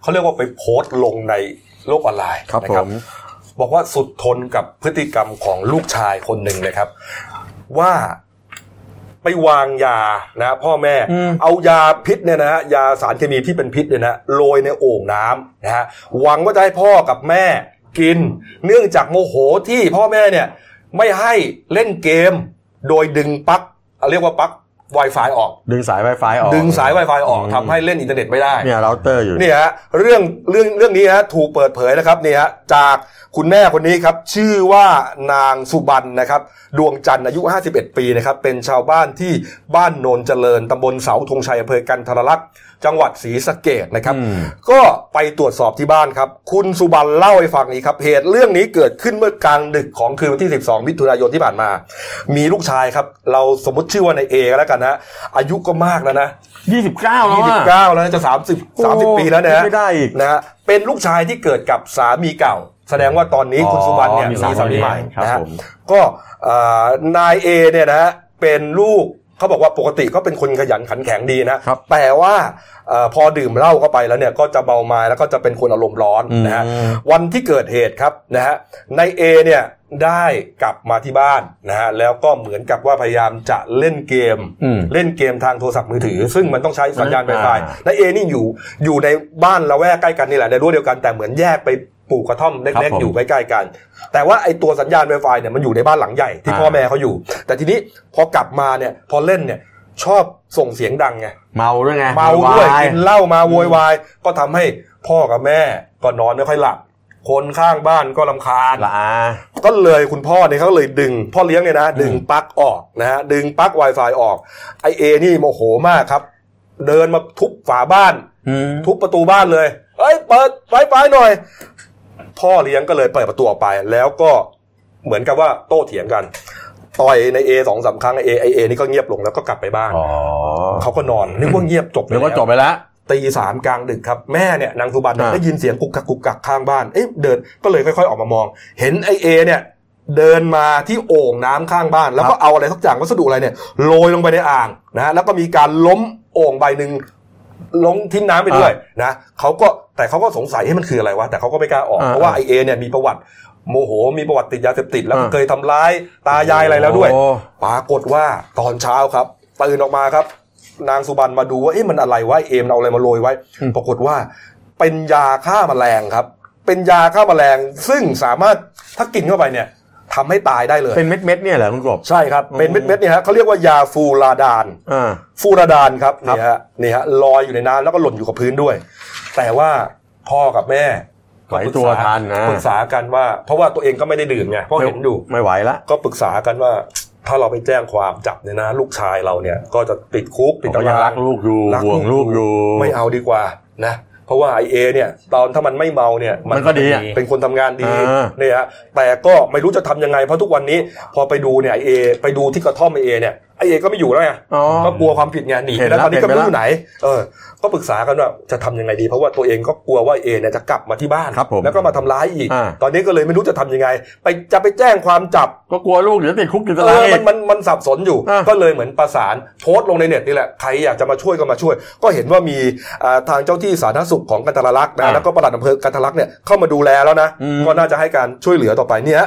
Speaker 1: เขาเรียกว่าไปโพสต์ลงในโลกออนไลน์
Speaker 2: ครับ
Speaker 1: นะ
Speaker 2: ผม
Speaker 1: บอกว่าสุดทนกับพฤติกรรมของลูกชายคนหนึ่งนะครับ ว่าไปวางยานะพ่อแม่
Speaker 2: อืม
Speaker 1: เอายาพิษเนี่ยนะฮะยาสารเคมีที่เป็นพิษเนี่ยนะโรยในโอ่งน้ำนะฮะหวังว่าจะให้พ่อกับแม่กิน เนื่องจากโมโหที่พ่อแม่เนี่ยไม่ให้เล่นเกม โดยดึงปลั๊กเรียกว่าปลั๊ก Wi-Fi ออก
Speaker 2: ดึงสาย Wi-Fi ออก
Speaker 1: ดึงสาย Wi-Fi ออก
Speaker 2: อืม
Speaker 1: ทำให้เล่นอินเทอร์เน็ตไม่ได้
Speaker 2: เนี่ยเราเตอร์อยู่
Speaker 1: นี่ฮะเรื่องเรื่องเรื่องนี้ฮะถูกเปิดเผยนะครับนี่ฮะจากคุณแม่คนนี้ครับ ชื่อว่านางสุบรรณนะครับ ดวงจันทร์อายุ 51 ปีนะครับ เป็นชาวบ้านที่บ้านโนนเจริญตำบลเสาธงชัยอำเภอกันทรลักษณ์จังหวัดศรีสะเกดนะครับ
Speaker 2: อืม
Speaker 1: ก็ไปตรวจสอบที่บ้านครับ คุณสุบรรณเล่าให้ฟังนี้ครับเหตุเรื่องนี้เกิดขึ้นเมื่อกลางดึกของคืนวันที่ 12 มิถุนายนที่ผ่านมา มีลูกชายครับ เราสมมติชื่อว่านายเอก็แล้วกันนะอายุก็มากแล้วนะ
Speaker 2: ยี่สิบเก้าแล้ว
Speaker 1: ยี่สิ
Speaker 2: อะ
Speaker 1: บเก้าแล้วนะจะสามสิบ
Speaker 2: โอ้
Speaker 1: สามสิบปีแล้วนะฮะ
Speaker 2: ไม่ได้อีก
Speaker 1: นะฮะเป็นลูกชายที่เกิดกับสามีเก่า แสดงว่าตอนนี้คุณ
Speaker 2: อ๋อ
Speaker 1: สุวรรณเนี่ย
Speaker 2: มี
Speaker 1: มี
Speaker 2: สามี
Speaker 1: สามีใหม่
Speaker 2: ครับ
Speaker 1: นะฮะ
Speaker 2: ผม
Speaker 1: ก็เอ่อนายเอเนี่ยนะฮะเป็นลูกเขาบอกว่าปกติก็เป็นคนขยันขันแข็งดีนะแต่ว่าเอ่อพอดื่มเหล้าเข้าไปแล้วเนี่ยก็จะเมาไมาแล้วก็จะเป็นคนอารมณ์ร้อนนะฮะ วันที่เกิดเหตุครับนะฮะนายเอเนี่ยได้กลับมาที่บ้านนะฮะแล้วก็เหมือนกับว่าพยายามจะเล่นเกม
Speaker 2: อืม
Speaker 1: เล่นเกมทางโทรศัพท์มือถือ ซึ่งมันต้องใช้สัญญาณไฟ
Speaker 2: อ่า
Speaker 1: ไฟนายเอนี่อยู่อยู่ในบ้านละแวกใกล้กันนี่แหละในรั้วเดียวกันแต่เหมือนแยกไปปลูกกระท่อมเล็กๆอยู่ใกล้ๆกัน แต่ว่าไอตัวสัญญาณไวไฟเนี่ยมันอยู่ในบ้านหลังใหญ่ที่พ่อแม่เขาอยู่ แต่ทีนี้พอกลับมาเนี่ยพอเล่นเนี่ยชอบส่งเสียงดังไง
Speaker 2: เมาด้วยไง
Speaker 1: เมาด้วย
Speaker 2: โ
Speaker 1: กินเหล้ามาโวยวายก็ทำให้พ่อกับแม่ก็นอนไม่ค่อยหลับ คนข้างบ้านก็ลำคาญ
Speaker 2: ละอา
Speaker 1: ก็เลยคุณพ่อเนี่ยเขาเลยดึง พ่อเลี้ยงเนี่ยนะ ดึงปลั๊กออกนะฮะดึงปลั๊ก Wi-Fi ออกไอเอนี่โมโหมากครับ เดินมาทุบฝาบ้าน ทุบประตูบ้านเลยเอ้ยเปิดไฟไฟหน่อย พ่อเลี้ยงก็เลยเปิดประตูออกไป แล้วก็เหมือนกับว่าโต้เถียงกัน ต่อยในเอสองสามครั้งไอเอไอเอนี่ก็เงียบลงแล้วก็กลับไปบ้าน
Speaker 2: อ๋อ
Speaker 1: เขาก็นอนนึกว่าเงียบจบไป
Speaker 2: เดี๋ยวก็
Speaker 1: แล้ว
Speaker 2: จบไปแล้ว
Speaker 1: ตีสามกลางดึกครับ แม่เนี่ยนางสุบันเนี่ย
Speaker 2: อ่า
Speaker 1: ได้ยินเสียงกุกกักกุกกักข้างบ้านเอ๊ะเดินก็เลยค่อยๆ ออกมามอง เห็นไอเอเนี่ย เดินมาที่โอ่งน้ำข้างบ้าน แล้วก็เอาอะไรสักอย่างวัสดุอะไรเนี่ยโรยลงไปในอ่างนะฮะแล้วก็มีการล้มโอ่งใบหนึ่งล้มทิ้งน้ำไปด้วยนะเขาก็แต่เขาก็สงสัยให้มันคืออะไรวะแต่เขาก็ไม่กล้าออก
Speaker 2: อ่า
Speaker 1: เพราะว่าไอเอเนี่ยมีประวัติโมโหมีประวัติติดยาเสพติดแล้วก็
Speaker 2: อ่า
Speaker 1: เคยทำร้ายตายายอะไรแล้วด้วย
Speaker 2: โอ้
Speaker 1: ปรากฏว่าตอนเช้าครับตื่นออกมาครับ นางสุบันมาดูว่าเอ๊ะมันอะไรวะเอมนเอาอะไรมาโรยไว้
Speaker 2: อืม
Speaker 1: ปรากฏว่า เป็นยาฆ่าแมลงครับ เป็นยาฆ่าแมลงซึ่งสามารถถ้ากินเข้าไปเนี่ยทำให้ตายได้เลย
Speaker 2: เป็นเม็ดเม็ดๆเนี่ยเหรอคุณกบ
Speaker 1: ใช่ครับ เป็นเม็ดๆเนี่ยฮะเขาเรียกว่ายาฟูราดาน
Speaker 2: อ่า
Speaker 1: ฟูราดานครับนี่ฮะนี่ฮะลอยอยู่ในน้ำแล้วก็หล่นอยู่กับพื้นด้วย แต่ว่าพ่อกับแม่
Speaker 2: ไหวตัวทันนะ
Speaker 1: ปรึกษากันว่า เพราะว่าตัวเองก็ไม่ได้ดื่มไงเพราะเห็นอยู่
Speaker 2: ไม่ไหวละ
Speaker 1: ก็ปรึกษากันว่า ถ้าเราไปแจ้งความจับเนี่ยนะ ลูกชายเราเนี่ยก็จะติดคุกติด
Speaker 2: ก็
Speaker 1: ตา
Speaker 2: ยัง
Speaker 1: ยา
Speaker 2: รักลูกอยู่
Speaker 1: รั
Speaker 2: ห่วงลูกอยู่
Speaker 1: ไม่เอาดีกว่านะ เพราะว่าไอเอเนี่ย ตอนถ้ามันไม่เมาเนี่ย
Speaker 2: มันก็ดีอะ
Speaker 1: เป็นคนทำงานดี
Speaker 2: อ่า
Speaker 1: เนี่ยฮะแต่ก็ไม่รู้จะทำยังไงเพราะทุกวันนี้ พอไปดูเนี่ยไอเอไปดูที่กระท่อมไอเอเนี่ยไอเอก็ไม่อยู่แล้วไง
Speaker 2: อ๋อ
Speaker 1: ก็กลัวความผิดไงหนีไป
Speaker 2: เห็น
Speaker 1: แล้
Speaker 2: แล้
Speaker 1: ว
Speaker 2: ว
Speaker 1: ตอนนี้ก็ไม่
Speaker 2: เห็นไปแล้ว
Speaker 1: รู้ไหน เออ ก็ปรึกษากันว่าจะทำยังไงดี เพราะว่าตัวเองก็กลัวว่าเอเนี่ยจะกลับมาที่บ้าน
Speaker 2: ครับผม
Speaker 1: แล้วก็มาทำร้ายอีก
Speaker 2: อ่า
Speaker 1: ตอนนี้ก็เลยไม่รู้จะทำยังไง ไปจะไปแจ้งความจับ
Speaker 2: ก็กลัวลูกเดี๋ยวติดคุกติดตา
Speaker 1: เอ
Speaker 2: ราง
Speaker 1: อ
Speaker 2: อี
Speaker 1: มั
Speaker 2: ก
Speaker 1: นมันมันสับสนอยู่
Speaker 2: อ่ะ
Speaker 1: ก็เลยเหมือนประสานโพสต์ลงในเน็ตนี่แหละ ใครอยากจะมาช่วยก็มาช่วย ก็เห็นว่ามีอ่าทางเจ้าที่สาธารณสุขของกันทรลักษณ์นะ
Speaker 2: อ่ะ
Speaker 1: แล้วก็ปลัดอำเภอกันทรลักษณ์เนี่ยเข้ามาดูแลแล้วนะ
Speaker 2: อืม
Speaker 1: ก็น่าจะให้การช่วยเหลือต่อไปเนี่ย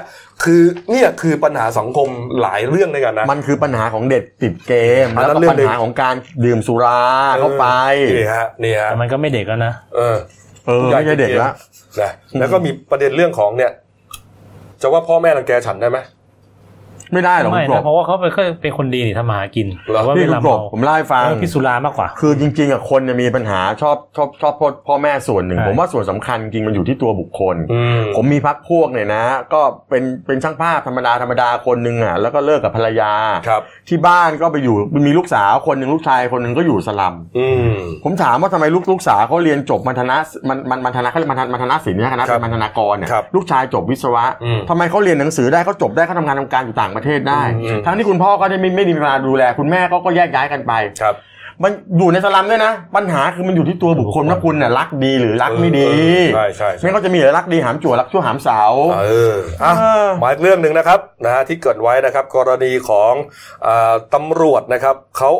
Speaker 1: คือเนี่ยคือปัญหาสังคมหลายเรื่องด้วยกันนะ
Speaker 2: มันคือปัญหาของเด็กติดเกม
Speaker 1: อัน
Speaker 2: แล้ว
Speaker 1: นั้น
Speaker 2: ก็
Speaker 1: เรื่อง
Speaker 2: ปัญ
Speaker 1: หนึ่ง
Speaker 2: หาของการดื่มสุราเข้าไป
Speaker 1: นี่ฮะนี่ฮะ
Speaker 5: แต่มันก็ไม่เด็กแล้วนะ
Speaker 1: เออ
Speaker 2: เออไม่ใช่เด็กละ
Speaker 1: นะแล้วก็มีประเด็นเรื่องของเนี่ย จะว่าพ่อแม่รังแกฉันได้ไหม
Speaker 2: ไม่ได้หรอกคุ
Speaker 5: ไม่
Speaker 2: ณกร
Speaker 5: นะ
Speaker 2: บ
Speaker 5: เพราะว่าเขาเป็นเป็นคนดีนี่ทำมาหากิน
Speaker 1: เหรอ
Speaker 5: แต่ว่า
Speaker 2: พี่
Speaker 5: เว
Speaker 2: คุณ
Speaker 5: ลา
Speaker 2: กร
Speaker 5: เมา
Speaker 2: บผมเล่าให้ฟัง
Speaker 5: เออพิสุรามากกว่า
Speaker 2: คือจริงๆอะคนเนี่ยมีปัญหาชอบชอบชอบโทษพ่อแม่ส่วนหนึ่ง
Speaker 5: ใช่
Speaker 2: ผมว่าส่วนสำคัญจริงมันอยู่ที่ตัวบุคคล
Speaker 1: อืม
Speaker 2: ผมมีพักพวกเนี่ยนะ ก็เป็นเป็นช่างภาพธรรมดาธรรมดาคนหนึ่งอ่ะแล้วก็เลิกกับภรรยา
Speaker 1: ครับ
Speaker 2: ที่บ้านก็ไปอยู่มีลูกสาวคนหนึ่งลูกชายคนหนึ่งก็อยู่สลัม
Speaker 1: อืม
Speaker 2: ผมถามว่าทำไมลูกลูกสาวเขาเรียนจบมัธนะมันมันมัธนะเขาเรียกมัธมัธนศิลป์เนี่ยคณะ
Speaker 1: ครับ
Speaker 2: เป็นมัธนากรเนี่ย
Speaker 1: ครับ
Speaker 2: ลูกชายจบวิศวะ
Speaker 1: อืม
Speaker 2: ทำไมเขาเรียนหนังสือได้เขาจบได้เขาทำงานทำการอยู่ต่างประเทศได้
Speaker 1: อืม
Speaker 2: ทั้งที่คุณพ่อก็ได้ไม่ไม่ได้มาดูแล คุณแม่ก็ก็แยกย้ายกันไป
Speaker 1: ครับ
Speaker 2: มันอยู่ในสลัมด้วยนะ ปัญหาคือมันอยู่ที่ตัวบุคคลว่าคุณน่ะรักดีหรือรักไม่ดี
Speaker 1: เออใช่ใช่ใช่
Speaker 2: ไม่งั้นก็จะมีแต่รักดีหามจั่วรักชั่วหามเสาว
Speaker 1: เอออ่ะ
Speaker 2: เออ
Speaker 1: มาอีกเรื่องหนึ่งนะครับนะฮะที่เกริดไว้นะครับ กรณีของอาตำรวจนะครับเขา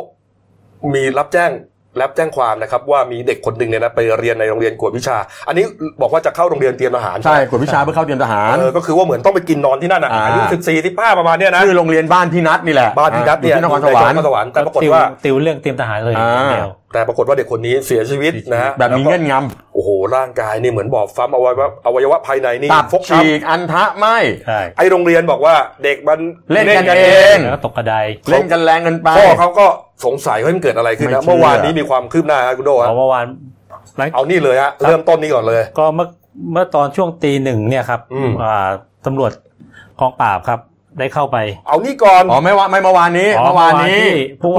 Speaker 1: มีรับแจ้งรับแจ้งความนะครับ ว่ามีเด็กคนหนึ่งเนี่ยนะไปเรียนในโรงเรียนกวดวิชา อันนี้บอกว่าจะเข้าโรงเรียนเตรียมทหาร
Speaker 2: ใช่กวดวิชาเพื่อเข้าเตรียมทหาร
Speaker 1: เออก็คือว่าเหมือนต้องไปกินนอนที่นั่นอ่ะ
Speaker 2: อ่า
Speaker 1: อายุสิบสี่สิบห้าประมาณเนี้ยนะ
Speaker 2: คือโรงเรียนบ้านพี่นัทนี่แหละ
Speaker 1: บ้านที่นัดเนี่ย
Speaker 2: อยู่ที่นครสวรรค์
Speaker 1: นครสวรรค์แต่ปรากฏ
Speaker 5: ติว
Speaker 1: ว่า
Speaker 5: ติวเรื่องเตรียมทหารเลย
Speaker 2: อ่า
Speaker 5: อย่างเดียว
Speaker 1: แต่ปรากฏว่าเด็กคนนี้เสียชีวิตนะฮะ
Speaker 2: แบบมี
Speaker 1: ล้วก็
Speaker 2: เงื่อนง
Speaker 1: โอ้โหร่างกายนี่เหมือนบอบฟ้ำอวัยวะอวัยวะภายในนี่
Speaker 2: ำตับ
Speaker 1: ฟกช้
Speaker 2: ฉีกอันทะไหม่
Speaker 5: ใช่
Speaker 1: ำไอโรงเรียนบอกว่าเด็กมัน
Speaker 2: เล่นกันเอง
Speaker 5: แล้วก็ตกกระได
Speaker 2: เล่นกันแรงเกินไป
Speaker 1: พ่อเขาก็สงสัยว่ามันเกิดอะไรขึ้นนะ
Speaker 2: ไม่เชื่อ
Speaker 1: เมื่อวานนี้มีความคืบหน้าครับคุณโดฮะ
Speaker 5: เอาเมื่อวานหลัง
Speaker 1: เอานี่เลยฮะ
Speaker 5: ครับ
Speaker 1: เริ่มต้นนี้ก่อนเลย
Speaker 5: ก็เมื่อเมื่อตอนช่วงตีหนึ่งเนี่ยครับ
Speaker 1: อืม
Speaker 5: อ่าตำรวจกองปราบครับ ได้เข้าไป
Speaker 1: เอานี่ก่อน
Speaker 2: อ๋อไม่ว่าไม่เมื่อวานนี้
Speaker 5: อ๋อ
Speaker 2: เมื่อวานนี้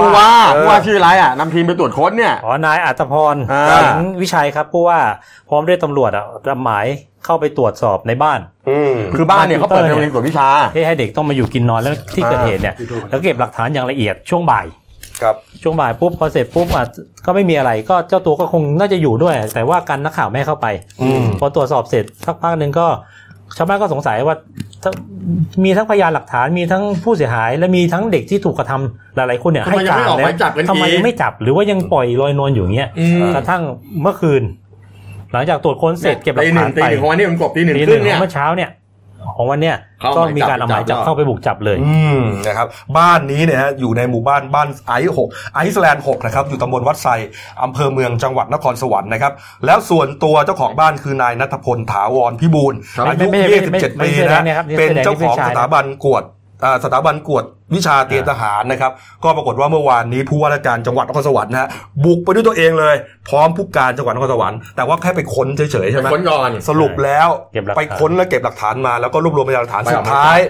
Speaker 5: เมื่อวานที่ผู้ว่า
Speaker 1: เออ
Speaker 2: ผู้ว่าชื่ออะไรอ่ะนำทีมไปตรวจค้นเนี่ย
Speaker 5: อ๋อนายอัตพร
Speaker 2: อ่า
Speaker 5: สิงห์วิชัยครับผู้ว่าพร้อมด้วยตำรวจอ่ะรับหมายเข้าไปตรวจสอบในบ้าน
Speaker 1: อืม
Speaker 2: คือบ้านเนี่ย
Speaker 5: บ้าน
Speaker 2: เขาเปิด
Speaker 5: ติวเตอร์
Speaker 2: เป็นโรงเรียนกวดวิชา
Speaker 5: ที่ให้เด็กต้องมาอยู่กินนอนแล้วที่เกิดเหตุเนี่ยแล้วเก็บหลักฐานอย่างละเอียดช่วงบ่าย
Speaker 1: ครับ
Speaker 5: ช่วงบ่ายปุ๊บพอเสร็จปุ๊บอ่ะก็ไม่มีอะไรก็เจ้าตัวก็คงน่าจะอยู่ด้วย แต่ว่ากันนักข่าวไม่ให้เข้าไป
Speaker 1: อืม
Speaker 5: พอตรวจสอบเสร็จสักพักหนึ่งก็ชาวบ้านก็สงสัยว่าถ้ามีทั้งพยานหลักฐานมีทั้งผู้เสียหาย และมีทั้งเด็กที่ถูกกระทำหลาย ๆ คนเนี่ย
Speaker 2: ทำไมยังไม่ออกหมายจับกัน
Speaker 5: ทำไม
Speaker 2: อีก
Speaker 5: ยังไม่จับหรือว่ายังปล่อยลอยนวลอยู่อย่างเงี้ยกระทั่งเมื่อคืน หลังจากตรวจค้นเสร็จเก็บหลัก
Speaker 2: ตีห
Speaker 5: ฐา
Speaker 2: นึ่
Speaker 5: น
Speaker 2: ง
Speaker 5: ไป
Speaker 2: ตีหนึ่งของวันนี้มันกบตีหนึ่ง
Speaker 5: ตี
Speaker 2: ค
Speaker 5: ห
Speaker 2: รึ่ง
Speaker 5: นึ่ง
Speaker 2: เนี่ย
Speaker 5: เมื่อเช้าเนี่ย ของวันเนี้ย
Speaker 2: เขาเอา
Speaker 5: ก็
Speaker 2: หมายจับ
Speaker 5: มีการเอาหมายจับ
Speaker 2: จับ
Speaker 5: เข้าไปบุกจับเลย
Speaker 1: อืมนะครับ บ้านนี้เนี่ยฮะอยู่ในหมู่บ้านบ้านไอซ์หกไอซ์แลนด์หกนะครับอยู่ตำบลวัดไซอำเภอเมืองจังหวัดนครสวรรค์นะครับ แล้วส่วนตัวเจ้าของบ้านคือนายนัทพลถาวรพิบูล
Speaker 5: ครับ
Speaker 1: อายุ
Speaker 5: ไม่ไม่ไม่ไม่
Speaker 1: 27
Speaker 5: ไม่
Speaker 1: ปี
Speaker 5: ไม่
Speaker 1: นะฮะ
Speaker 5: ไม่ครับ
Speaker 1: เป็นเจ้าของ
Speaker 5: ไม่ใช่
Speaker 1: ส
Speaker 5: นะ
Speaker 1: ถาบันกวดอ่าสถาบันกวดวิชาเตรียมทหารนะครับ ก็ปรากฏว่าเมื่อวานนี้ผู้ว่าราชการจังหวัดนครสวรรค์นะฮะบุกไปด้วยตัวเองเลย พร้อมผู้การจังหวัดนครสวรรค์แต่ว่าแค่ไปค้นเฉยๆใช่ไหม
Speaker 2: ค้นก่อน
Speaker 1: สรุปแล้ว
Speaker 5: เก็บหลักฐาน
Speaker 1: ไปค้นและเก็บหลักฐานมาแล้วก็รวบรวมพยานหลักฐาน
Speaker 2: ไป
Speaker 1: สุ
Speaker 2: อ
Speaker 1: ด
Speaker 2: อกหมายจับ
Speaker 1: ท้าย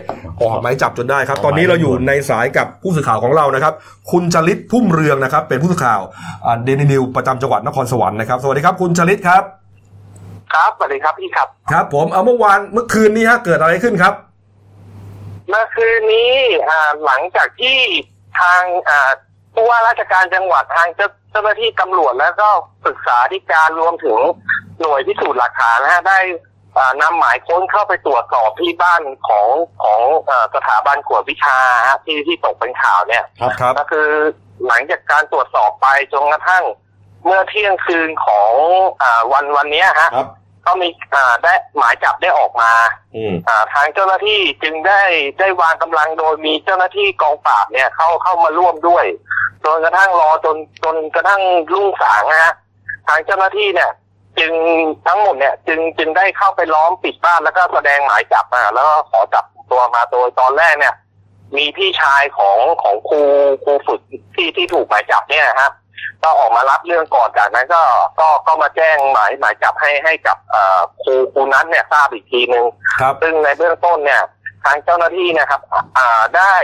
Speaker 1: ออกหมายจับจนได้ครับ ตอนนี้เราอยู่ในสายกับผู้สื่อข่าวของเรานะครับ คุณจริตพุ่มเรืองนะครับ เป็นผู้สื่อข่าวเดนินิวประจำจังหวัดนครสวรรค์นะครับสวัสดีครับคุณจริตครับ
Speaker 6: ครับสวัสดีครับพี่ครับ
Speaker 1: ครับ ผมเอาเมื่อวานเมื่อคืนนี้ฮะเกิดอะไรขึ้นครับ
Speaker 6: เมื่อคืนนี้อ่าหลังจากที่ทางอ่าผู้ว่าราชการจังหวัดทางเจ้าเจ้าหน้าที่ตำรวจแล้วก็ปรึกษาธิการรวมถึงหน่วยพิสูจน์หลักฐานนะฮะได้อ่านำหมายค้นเข้าไปตรวจสอบที่บ้านของของอ่าสถาบันกวดวิชาฮะที่ที่ตกเป็นข่าวเนี่ย
Speaker 1: ครับครับ
Speaker 6: ก็คือหลังจากการตรวจสอบไปจนกระทั่งเมื่อเที่ยงคืนของอาวันวันเนี้ยฮะ
Speaker 2: ครับ
Speaker 6: ก็มีอ่าได้หมายจับได้ออกมา อ่าทางเจ้าหน้าที่จึงได้ได้วางกำลังโดยมีเจ้าหน้าที่กองปราบเนี่ยเข้าเข้ามาร่วมด้วยจนกระทั่งรอจนจนกระทั่งรุ่งสางนะฮะทางเจ้าหน้าที่เนี่ย จึงทั้งหมดเนี่ย จึงจึงได้เข้าไปล้อมปิดบ้านแล้วก็แสดงหมายจับมาแล้วก็ขอจับตัวมาโดยตอนแรกเนี่ย มีพี่ชายของของครูครูฝึกที่ที่ถูกหมายจับเนี่ยนะฮะก็ออกมารับเรื่องก่อนจากนั้นก็ก็ก็มาแจ้งหมายหมายจับให้ให้กับเอ่อครูครูนั้นเนี่ยทราบอีกทีหนึ่ง
Speaker 1: ครับ
Speaker 6: ซึ่งในเบื้องต้นเนี่ย ทางเจ้าหน้าที่นะครับอ่าอ่าได้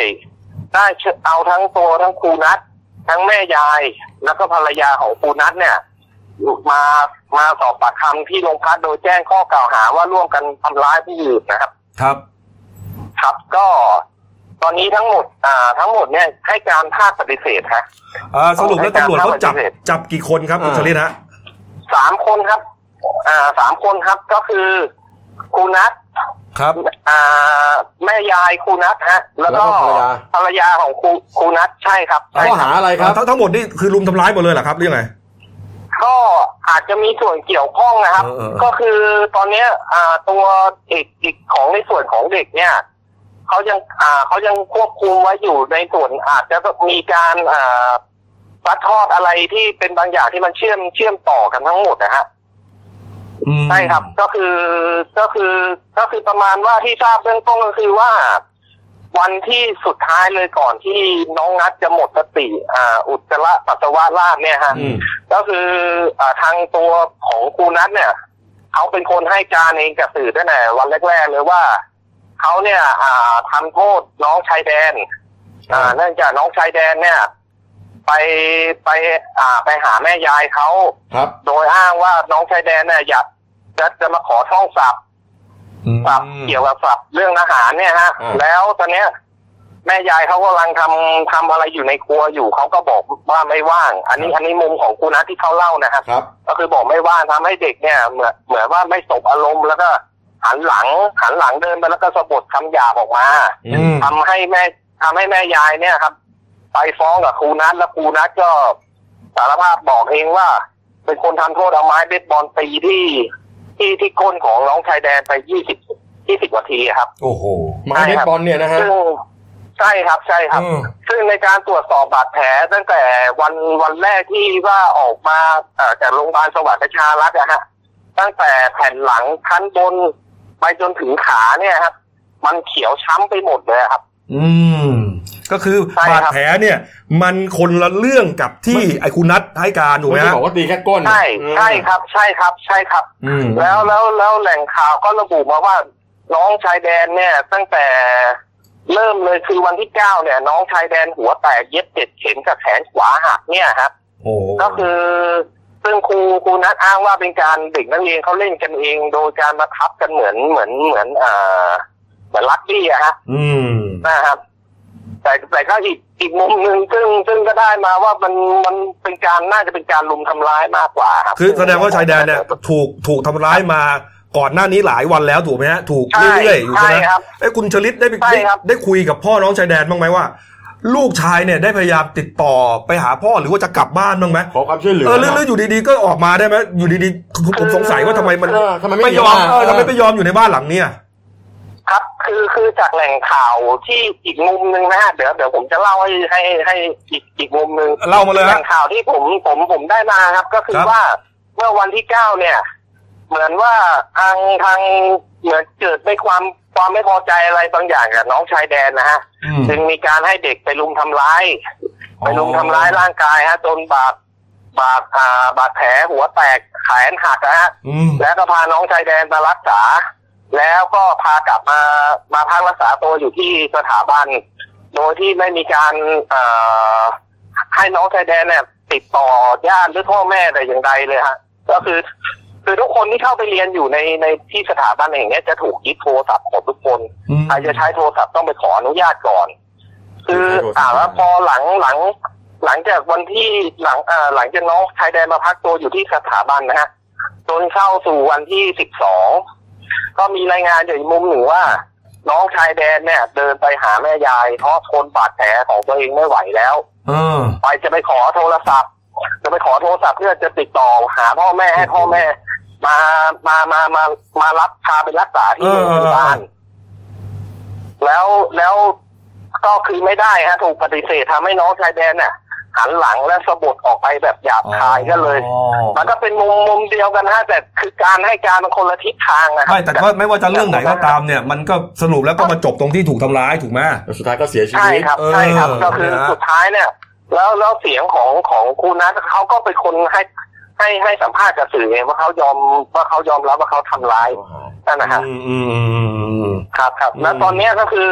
Speaker 6: ได้เชิญเอาทั้งตัวทั้งครูนัททั้งแม่ยาย แล้วก็ภรรยาของครูนัทเนี่ย มามาสอบปากคำที่โรงพักโดยแจ้งข้อกล่าวหาว่าร่วมกันทำร้ายผู้อื่นนะครับ
Speaker 1: ครับ
Speaker 6: ครับก็ ตอนนี้ทั้งหมด อ่า ทั้งหมดเนี่ยให้การภาคปฏิเสธฮะ
Speaker 1: อ่าสรุปแล้วตำรวจเขาจับ
Speaker 6: ให้การเข้าไป
Speaker 1: จับกี่คนครับคุณจริตฮะ
Speaker 6: สามคนครับ อ่าสามคนครับก็คือครูนัท
Speaker 1: ครับ
Speaker 6: อ่าแม่ยายครูนัทฮะ แล้วก็
Speaker 2: แล้วก็ภรรยา
Speaker 6: ภรรยาของครูครูนัทใช่ครับใช่
Speaker 2: ข้อ
Speaker 6: ครับ
Speaker 2: หาอะไรครับ
Speaker 1: ทั้งทั้งหมดนี่คือรุมทำร้ายหมดเลยเหรอครับหรือยังไง
Speaker 6: ก็อาจจะมีส่วนเกี่ยวข้องนะครับ
Speaker 1: เออเออเออ
Speaker 6: ก็คือตอนเนี้ยอ่าตัวเอกอีกของในส่วนของเด็กเนี่ยเขายังอ่าเขายังควบคุมไว้อยู่ในส่วนอาจจะมีการอ่าซัดทอดอะไรที่เป็นบางอย่างที่มันเชื่อมเชื่อมต่อกันทั้งหมดนะฮะ
Speaker 1: อืม
Speaker 6: ใช่ครับก็คือก็คือก็คือประมาณว่าที่ทราบเบื้องต้นก็คือว่า วันที่สุดท้ายเลยก่อนที่น้องนัดจะหมดสติอ่าอุจจาระปัสสาวะราดเนี่ยฮะ
Speaker 1: อืม
Speaker 6: ก็คืออาทางตัวของครูนัทเนี่ยเขาเป็นคนให้การเองกับสื่อตั้งแต่วันแรกๆเลยว่าเขาเนี่ยอ่าทำโทษน้องชายแดน อ่า เนื่องจากน้องชายแดนเนี่ย ไปไปอ่าไปหาแม่ยายเขา
Speaker 2: ครับ
Speaker 6: โดยอ้างว่าน้องชายแดนเนี่ยอยากจะจะมาขอท่องศัพท์ศัพท์เกี่ยวกับศัพท์เรื่องอาหารเนี่ยฮะ
Speaker 2: อ่า
Speaker 6: แล้วตอนเนี้ย แม่ยายเขากำลังทำทำอะไรอยู่ในครัวอยู่เขาก็บอกว่าไม่ว่าง อันนี้อันนี้มุมของครูนัทที่เขาเล่านะครับ
Speaker 2: ครับ
Speaker 6: ก็คือบอกไม่ว่างทำให้เด็กเนี่ยเหมือนเหมือนว่าไม่สบอารมณ์แล้วก็หันหลังหันหลังเดินไปแล้วก็สะบดคำหยาบออกมา
Speaker 2: อืม
Speaker 6: ทำให้แม่ทำให้แม่ยายเนี่ยครับ ไปฟ้องกับครูนัทแล้วครูนัทก็สารภาพบอกเองว่า เป็นคนทำโทษเอาไม้เบสบอลตีที่ที่ที่ก้นของน้องชายแดนไปยี่สิบยี่สิบกว่าทีครับ
Speaker 1: โอ้โห
Speaker 2: ไม้เบสบอลเนี่ยนะฮะ
Speaker 6: ซึ่งใช่ครับใช่ครับ
Speaker 1: อืม
Speaker 6: ซึ่งในการตรวจสอบบาดแผลตั้งแต่วันวันแรกที่ว่าออกมาเอ่อจากโรงพยาบาลสวัสดิ์ประชารักษ์นะฮะตั้งแต่แผ่นหลังขั้นบนไปจนถึงขาเนี่ยครับ มันเขียวช้ำไปหมดเลยครับ
Speaker 1: อืม ก็คือ
Speaker 6: ใช่ค
Speaker 1: าด
Speaker 6: รับบ
Speaker 1: แผลเนี่ย มันคนละเรื่องกับที่ไอ้คุณนัทให้การถูกไหม
Speaker 2: ไม่ได้
Speaker 1: ฮะ
Speaker 2: บอกว่าตีแค่ก้น
Speaker 6: ใช่ใช่ครับ ใช่ครับ ใช่ครับ
Speaker 1: อืม
Speaker 6: แล้วแล้วแล้วแหล่งข่าวก็ระบุมาว่า น้องชายแดนเนี่ย ตั้งแต่เริ่มเลยคือวันที่เก้าเนี่ย น้องชายแดนหัวแตกเย็บเจ็ดเข็มกับแขนขวาหักเนี่ยครับ
Speaker 1: โอ้โห
Speaker 6: ก็คือซึ่งครูครูนัดอ้างว่าเป็นการเด็กนักเรียนเขาเล่นกันเอง โดยการมาทับกันเหมือนเหมือนเหมือนเอ่อเหมือนลักบี้อะฮะ
Speaker 1: อืม
Speaker 6: นะครับ แต่แต่ก็อีกอีกมุมหนึ่งซึ่งซึ่งก็ได้มาว่ามันมันเป็นการน่าจะเป็นการลุมทำร้ายมากกว่ารับ
Speaker 1: คือแสดงว่าชายแดนเนี่ยถูกถูกทำร้ายมาก่อนหน้านี้หลายวันแล้วถูกไหมฮะ ถูก
Speaker 6: ใช่
Speaker 1: เรื่อยๆอยู่ใช่
Speaker 6: ใช่
Speaker 1: ไหม
Speaker 6: ครับ
Speaker 1: ไอ้ยคุณชลิตได้ไป
Speaker 6: ใช่
Speaker 1: ได้
Speaker 6: ครับ
Speaker 1: ได้คุยกับพ่อน้องชายแดนบ้างไหมว่า ลูกชายเนี่ยได้พยายามติดต่อไปหาพ่อหรือว่าจะกลับบ้านบ้างไหม
Speaker 2: ขอความช่วยเหลือ
Speaker 1: เออเรื่องๆอยู่ดีๆก็ออกมาได้ไหมอยู่ดีๆผมผมสงสัยว่าทำไมมัน
Speaker 2: เออทำไมไม่
Speaker 1: ไม่ยอมเออทำไมไม่ยอมอยู่ในบ้านหลังเนี่ย
Speaker 6: ครับ คือคือจากแหล่งข่าวที่อีกมุมหนึ่งนะฮะเดี๋ยวเดี๋ยวผมจะเล่าให้ให้ให้อีกอีกมุมหนึ่ง
Speaker 1: เล่ามาเลยฮะ
Speaker 6: แหล่งข่าวที่ผมผมผมได้มาครับ ก็คื
Speaker 1: ค
Speaker 6: อ
Speaker 1: รับ
Speaker 6: ว่าเมื่อวันที่เก้าเนี่ย เหมือนว่าทางทางเหมือนเกิดในความความไม่พอใจอะไรบางอย่างกับน้องชายแดนนะฮะ
Speaker 1: อืม
Speaker 6: จึงมีการให้เด็กไปลุมทำร้าย
Speaker 1: อ๋อ
Speaker 6: ไปลุมทำร้ายร่างกายฮะจนบาดบาดอ่าบาดแผลหัวแตกแขนหักนะฮะ
Speaker 1: อืม
Speaker 6: แล้วก็พาน้องชายแดนมารักษา แล้วก็พากลับมามาพักรักษาตัวอยู่ที่สถาบัน โดยที่ไม่มีการเอ่อให้น้องชายแดนเนี่ยติดต่อญาติหรือพ่อแม่แต่อย่างใดเลยฮะ ก็คือ คือทุกคนที่เข้าไปเรียนอยู่ในในที่สถาบันแห่งเนี้ยจะถูกยึดโทรศัพท์หมดทุกคน
Speaker 1: อืม
Speaker 6: ใครจะใช้โทรศัพท์ต้องไปขออนุญาตก่อน คืออ่าแล้วพอหลังหลัง หลังจากวันที่หลังอ่าหลังจากน้องชายแดนมาพักตัวอยู่ที่สถาบันนะฮะจนเข้าสู่วันที่สิบสองก็มีรายงานจากอีกมุมหนึ่งว่า น้องชายแดนเนี่ยเดินไปหาแม่ยาย เพราะทนบาดแผลของตัวเองไม่ไหวแล้ว
Speaker 1: เออ
Speaker 6: ไปจะไปขอโทรศัพท์ จะไปขอโทรศัพท์เพื่อจะติดต่อหาพ่อแม่ให้พ่อแม่ มามามามามารับพาไปรักษาที่
Speaker 1: เอ
Speaker 6: โร
Speaker 1: อ
Speaker 6: งพยาบาลแล้วแล้วก็คือไม่ได้ฮะถูกปฏิเสธทำให้น้องชายแดนน่ะ หันหลังและสะบดออกไปแบบหยาบคายก็เลย
Speaker 1: อ๋อ
Speaker 6: มันก็เป็นมุมมุมเดียวกันฮะแต่คือการให้การมันคนละทิศทางนะฮะ
Speaker 1: ไม่แต่ว่าไม่ว่าจะเรื่องไหนก็ตามเนี่ย มันก็สรุปแล้วก็มาจบตรงที่ถูกทำร้ายถูกไหม
Speaker 2: แล้วสุดท้ายก็เสียชีวิ
Speaker 6: ใช่
Speaker 2: ต
Speaker 6: ครับ
Speaker 1: เออ
Speaker 6: ใช่ครับก็คือ
Speaker 1: นะฮะ
Speaker 6: สุดท้ายเนี่ย แล้วแล้วเสียงของของครูนัทเขาก็เป็นคนให้ให้ให้สัมภาษณ์กับสื่อเองว่าเขายอมว่าเขายอมรับว่าเขาทำร้ายนั่นนะฮะ
Speaker 1: อืมอืมอืมอืม
Speaker 6: ครับครับแล้ว
Speaker 1: อืม
Speaker 6: ตอนเนี้ยก็คือ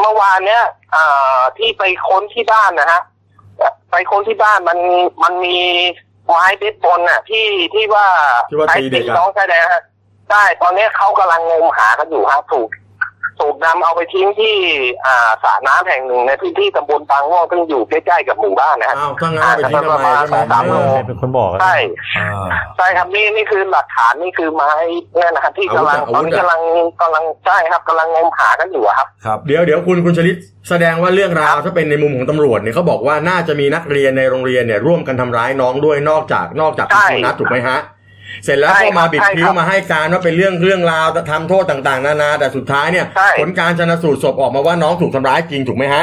Speaker 6: เมื่อวานเนี้ยอ่าที่ไปค้นที่บ้านนะฮะไปค้นที่บ้านมันมันมีไม้เบสบอลน่ะ ที่ที่ว่า
Speaker 2: ที่ว่า
Speaker 6: ไอ้
Speaker 2: ตีเด็กอะ
Speaker 6: น้องชายแดนฮะใช่ตอนเนี้ยเขากำลังงมหากันอยู่ฮะถูก ถูกนำเอาไปทิ้งที่อ่าสระน้ำแห่งหนึ่งในพื้นที่ตำบลบางม่วงซึ่งอยู่ใกล้ๆกับหมู่บ้านนะฮะ
Speaker 2: อ้าวถ้างั้นเอาไปทิ้งทำไมใช่ไหม
Speaker 6: ตามโลก
Speaker 5: ใครเป็นคนบอกอะ
Speaker 6: ใช่
Speaker 1: อ่า
Speaker 6: ใช่ครับนี่นี่คือหลักฐานนี่คือไม้เนี่ยนะฮะที่กำลังตอนนี้กำลังกำลังใช่ครับกำลังงมหากันอยู่อะครับ
Speaker 1: ครับ
Speaker 2: เดี๋ยวเดี๋ยวคุณคุณชลิตแสดงว่าเรื่องราวถ้าเป็นในมุมของตำรวจเนี่ยเขาบอกว่าน่าจะมีนักเรียนในโรงเรียนเนี่ยร่วมกันทำร้ายน้องด้วยนอกจากนอกจาก
Speaker 6: ใช่
Speaker 2: คุณนัทถูกไหมฮะ เสร็จแล้ว
Speaker 6: ใช่
Speaker 2: ก็มาบิด
Speaker 6: ใช่
Speaker 2: พิ้
Speaker 6: คว รับ
Speaker 2: มาให้การว่าเป็นเรื่องเรื่องราวทำโทษต่างๆ นานาแต่สุดท้ายเนี่ย
Speaker 6: ใช่
Speaker 2: ผลการชนสูตรศพออกมาว่าน้องถูกทำร้ายจริงถูกไหมฮะ